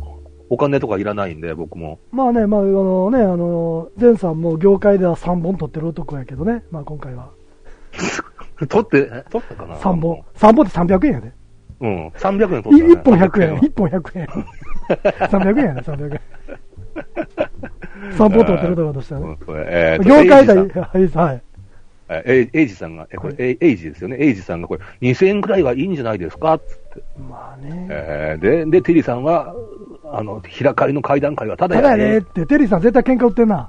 Speaker 3: お金とかいらないんで、僕も。
Speaker 1: まあね、まあ、あのね、あの、前さんも業界では3本取ってる男やけどね、まあ今回は。
Speaker 3: 取って、え取ったかな
Speaker 1: 3本。。3本って300円やで。
Speaker 3: うん、300円
Speaker 1: い
Speaker 3: 取った、ね。
Speaker 1: 1本100円。1本100円。300円やね、300円。3本取ってる男としては
Speaker 3: う
Speaker 1: ね。
Speaker 3: ん えーっと
Speaker 1: 業界で
Speaker 3: エイジさん
Speaker 1: は、はい、はい。
Speaker 3: えーエイジさんが、え、これ、えエイジですよね。エイジさんがこれ、2000円くらいはいいんじゃないですかつって。
Speaker 1: まあね。
Speaker 3: えーで、で、テリーさんは、あの、平会の会談会はただ
Speaker 1: ただ
Speaker 3: や
Speaker 1: やねっ。
Speaker 3: ね
Speaker 1: て、テリーさん絶対喧嘩売ってんな。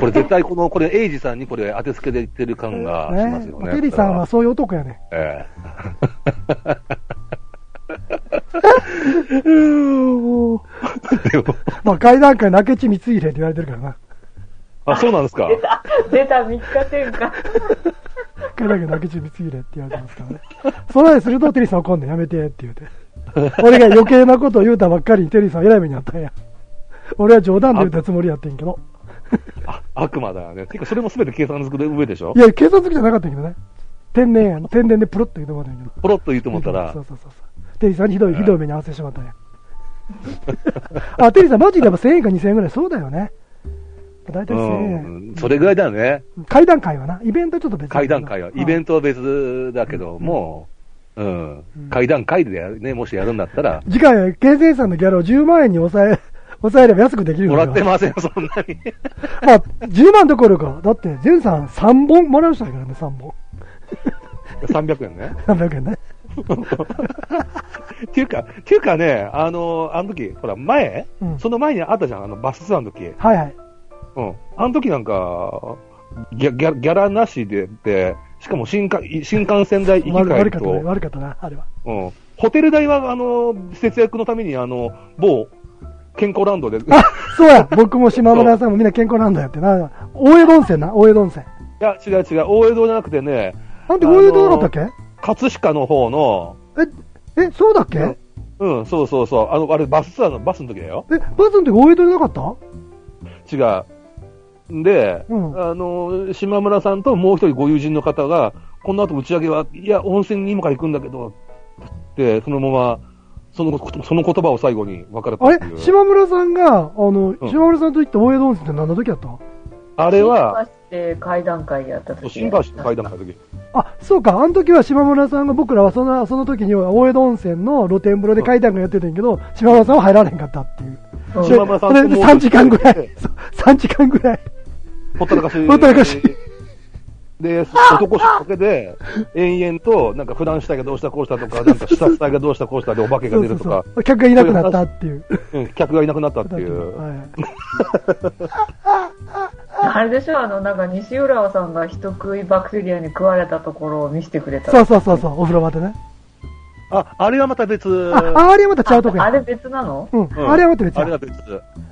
Speaker 3: これ絶対この、これ、エイジさんにこれ当てつけで言ってる感がしますよね。
Speaker 1: まあテリーさんはそういう男や ね。
Speaker 3: ええ でも
Speaker 1: まあ階段階の明智光秀って言われてるからな。
Speaker 3: あ、そうなんですか。
Speaker 2: 出た、出た3日転換。
Speaker 1: けだけど泣きびつぎれって言われてますからね。その話するとテリーさん怒んでやめてって言うて。俺が余計なことを言うたばっかりにテリーさん偉い目にあったんや。俺は冗談で言うたつもりやってんけど。
Speaker 3: あ、悪魔だね。てか、それも全て計算作る上でしょ
Speaker 1: いや、警察好きじゃなかったんやけどね。天然やん。天然でプロッと言うてもらったんやけど。
Speaker 3: ポロッと言うと思ったら
Speaker 1: そ、うそうそうそう。テリーさんにひどい、ひどい目に合わせてしまったんや。 あ、テリーさんマジでやっぱ1000円か2000円ぐらい。そうだよね。大体
Speaker 3: う
Speaker 1: 1000円。
Speaker 3: ん、それぐらいだよね。
Speaker 1: 階段階はな。イベントちょっと別
Speaker 3: 会談会は。イベン
Speaker 1: ト。
Speaker 3: トは別だけども、うん。会談会でやるね、もしやるんだったら、
Speaker 1: 次回は、ケイセイさんのギャラを10万円に抑え、 抑えれば安くできるよ
Speaker 3: も
Speaker 1: う
Speaker 3: ら
Speaker 1: にな
Speaker 3: ってません、そんなに。
Speaker 1: まあ、10万どころか、だって、ジェンさん3本もらいましたからね、3本。
Speaker 3: 300円ね。
Speaker 1: 300円ね。
Speaker 3: っていうか、っていうかね、あの、あの時、ほら、前、
Speaker 1: うん
Speaker 3: その前にあったじゃん、あの、バスツアーの時。
Speaker 1: はいはい。
Speaker 3: うん。あの時なんか、ギャギャギャラなしで、で、しかも新幹新幹線代行
Speaker 1: 悪
Speaker 3: き帰
Speaker 1: 悪
Speaker 3: り
Speaker 1: かったね、
Speaker 3: と、
Speaker 1: 悪かったな、あれは。
Speaker 3: うん。ホテル代は、あの、節約のために、あの、某、健康ランドで、い
Speaker 1: あ、そうや、僕も島村さんもみんな健康なんだよってな。大江戸温泉な、大江戸温泉。
Speaker 3: や、違う違う、大江戸じゃなくてね、
Speaker 1: なんで大江戸だったっ
Speaker 3: 葛飾の方の、
Speaker 1: けえ、え、そうだっけえ、
Speaker 3: うん、そうそうそう、あの、あれ、バスツアーの、バスの時だよ。
Speaker 1: バズの時大江戸じゃなかった
Speaker 3: 違う。で、
Speaker 1: うん
Speaker 3: あの、島村さんともう一人ご友人の方が、この後打ち上げは、いや、温泉に今から行くんだけど、って、そのまま、その、その言葉を最後に別れた
Speaker 1: あ
Speaker 3: ってい
Speaker 1: れ
Speaker 3: う。
Speaker 1: 島村さんが、あの、
Speaker 3: うん
Speaker 1: 島村さんと行った大江戸温泉って何の時だった
Speaker 3: あれは、
Speaker 2: で階段階やった時
Speaker 3: 新橋の階段階の時。
Speaker 1: あ、そうか、あの時は島村さんが僕らはそのその時には大江戸温泉の露天風呂で階段がやってたんやけど、島村さんは入られへんかったっていう。
Speaker 2: うん
Speaker 3: 島村
Speaker 1: そ
Speaker 3: さんと
Speaker 1: れ
Speaker 3: も
Speaker 1: で
Speaker 3: う
Speaker 1: 3時間ぐ らい。そう3時間ぐらい。
Speaker 3: ほったらかし。
Speaker 1: ほったらかし
Speaker 3: で、男しかけで、延々と、なんか、普段死体がどうしたこうしたとか、なんか、視察隊がどうしたこうしたで、お化けが
Speaker 1: そう
Speaker 3: 出
Speaker 1: そ
Speaker 3: る
Speaker 1: う
Speaker 3: と
Speaker 1: そ
Speaker 3: か、
Speaker 1: う。客がいなくなったっていう。
Speaker 3: うん客がいなくなったって
Speaker 1: だ
Speaker 3: い
Speaker 1: けど
Speaker 3: う。
Speaker 1: はい
Speaker 2: あれでしょ、あの、なんか西浦さんが人食いバクテリアに食われたところを見せてくれた。
Speaker 1: そうそうそうそう、お風呂場でね。
Speaker 3: あ、あれはまた別。
Speaker 1: あ、あれはまたちゃうとこ
Speaker 2: ああ
Speaker 1: や。
Speaker 2: れ別なの
Speaker 1: うん、
Speaker 3: うん
Speaker 1: あれはまた別
Speaker 3: あれ
Speaker 1: や。
Speaker 3: は別。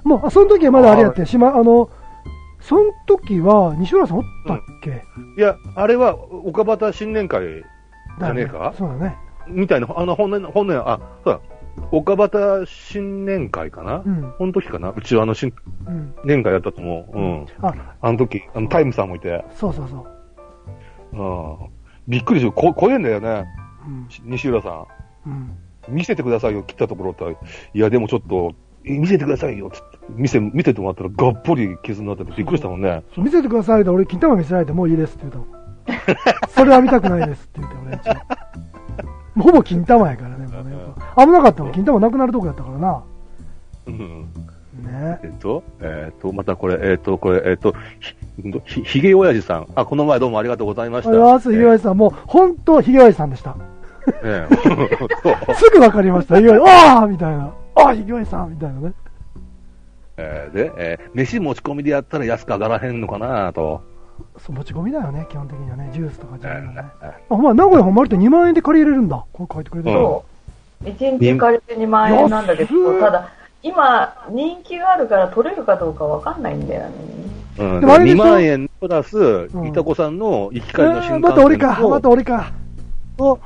Speaker 1: もう、あその時はまだあれやって、しま、あの、その時は、西村さんおったっけ、
Speaker 3: いや、あれは、岡端新年会
Speaker 1: だよ
Speaker 3: じゃねえか
Speaker 1: そうだね。
Speaker 3: みたいな、あの、本年、本年、あ、そうだ、岡端新年会かな、
Speaker 1: うん
Speaker 3: この時かなうちはあの、新
Speaker 1: うん。
Speaker 3: 年会やったと思う。うん。
Speaker 1: あ、
Speaker 3: あの時、あの、タイムさんもいて、
Speaker 1: そうそうそう。
Speaker 3: うん。びっくりする。こ、怖えんだよね、
Speaker 1: うん。
Speaker 3: し西浦さ
Speaker 1: うん。
Speaker 3: ん。見せてくださいよ、切ったところって。いや、でもちょっと、え見せてくださいよ、つって。見せ、見ててもらったら、がっぽり傷になってて、びっくりしたもんね。
Speaker 1: そう見せてくださいって俺、金玉見せられてもういいですって言うと。 それは見たくないですって言って、俺一応。もうほぼ金玉やからね、もうね。危なかったもん、金玉なくなるとこやったからな。
Speaker 3: うん。
Speaker 1: ね。
Speaker 3: えっと、えっと、またこれ、えっと、これ、えっと、ひ、ひひげおやじさん。あ、この前どうもありがとうございました。
Speaker 1: あれは、ひげわいさん、もう、本当ひげわいさんでした。
Speaker 3: ええ そう
Speaker 1: すぐ分かりました、ひげわい、ああみたいな。ああ、ひげわいさんみたいなね。
Speaker 3: えーで、えー飯持ち込みでやったら安く上がらへんのかなと。
Speaker 1: そう持ち込みだよね、基本的にはね、ジュースとか自分のね。
Speaker 3: えー
Speaker 1: あ、ほんまや、名古屋ほんまるって2万円で借りれるんだ。これ書いてくれてる。
Speaker 2: そう。一日借りて2万円なんだけ
Speaker 1: 安い
Speaker 2: ど、ただ、今、人気があるから取れるかどうかわかんないんだよね。
Speaker 3: うん、
Speaker 1: でもあれでし
Speaker 3: 2
Speaker 1: ょ
Speaker 3: 万円プラス、
Speaker 1: ん
Speaker 3: いたこさんの行き帰りの新
Speaker 1: あ
Speaker 3: 幹
Speaker 1: ー
Speaker 3: 線
Speaker 1: また俺か、また俺か。
Speaker 3: と、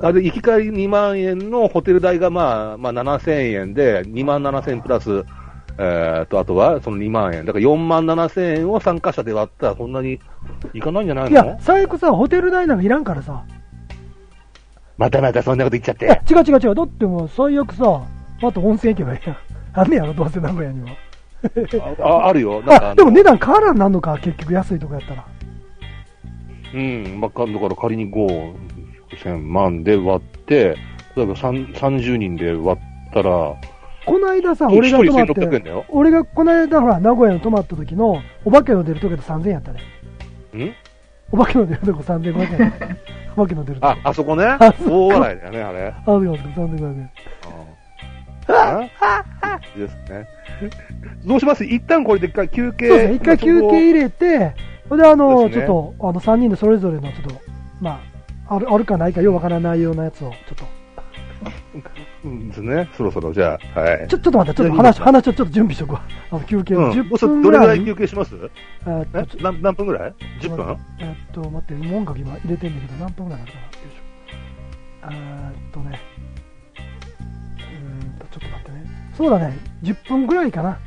Speaker 3: あれ行き帰り2万円のホテル代がまあ、まあ7000円で、2万7000円プラス、えー、と、あとはその2万円。だから4万7000円を参加者で割ったらそんなにいかないんじゃない
Speaker 1: いや
Speaker 3: の、
Speaker 1: 最悪さ、ホテル代なんかいらんからさ。
Speaker 3: またまたそんなこと言っちゃっ
Speaker 1: い
Speaker 3: て
Speaker 1: や。違う違う違う。だってもう最悪さ、あと温泉行けばいいやん。 あんねやろ、どうせ名古屋には。
Speaker 3: あああるよ。なん
Speaker 1: あ、
Speaker 3: かあの
Speaker 1: でも値段変わらんなんのか、結局安いとこやったら。
Speaker 3: うん、まあ、だから仮に5、1000万で割って、例えば3 30人で割ったら、
Speaker 1: この間さ、
Speaker 3: 一
Speaker 1: 俺が泊まっ
Speaker 3: 一人1600円だ
Speaker 1: て
Speaker 3: よ、
Speaker 1: 俺がこの間ほら、名古屋に泊まった時の、お化けの出るとこで3000円やったね。
Speaker 3: ん
Speaker 1: お化けの出るとこ3500円や った。お化けの出るとこ。
Speaker 3: あ、あそこね。
Speaker 1: あそ
Speaker 3: 大笑いだよね、あれ。
Speaker 1: あ、そうですか、3500円。
Speaker 3: うんですね。どうします一旦これで一回休憩。
Speaker 1: そうですね、一回休憩入れて、それであの、
Speaker 3: そうです
Speaker 1: ちょ
Speaker 3: ね
Speaker 1: っと、あの、3人でそれぞれの、ちょっと、まあ、ある、あるかないかようわからないようなやつを、ちょっと、
Speaker 3: うんですね。そろそろ、じゃあ、はい。
Speaker 1: ちょ、ちょっと待って、ちょっと
Speaker 3: じゃあいいで
Speaker 1: 話、
Speaker 3: すか
Speaker 1: 話をちょっと準備しとくわ。あの、休憩、
Speaker 3: うん
Speaker 1: 10
Speaker 3: どうす
Speaker 1: 分
Speaker 3: ど
Speaker 1: ぐ
Speaker 3: れぐ
Speaker 1: ら
Speaker 3: ら
Speaker 1: い。
Speaker 3: い休憩します
Speaker 1: えーっと
Speaker 3: え
Speaker 1: ちょ
Speaker 3: 何何分ぐらい ?10 分
Speaker 1: えーっと、待って、もう音楽今入れてんだけど、何分ぐらいあるかな。よいしょ。えーっとね、うーんと、ちょっと待ってね。そうだね、10分ぐらいかな。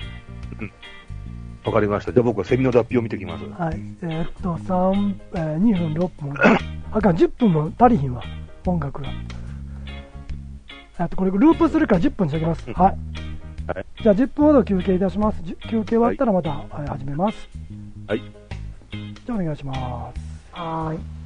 Speaker 3: わかりました。じゃあ僕はセミの脱皮を見てきます。
Speaker 1: はい。えーっと、三えー、2分6分。あかん、10分も足りひんわ。音楽が。あと、これループするから10分にしておきます。
Speaker 3: うん
Speaker 1: はい。
Speaker 3: はい
Speaker 1: じゃあ、10分ほど休憩いたします。じゅ休憩終わったらまた、はい、始めます。
Speaker 3: はい。
Speaker 1: じゃあ、お願いします。
Speaker 2: はい。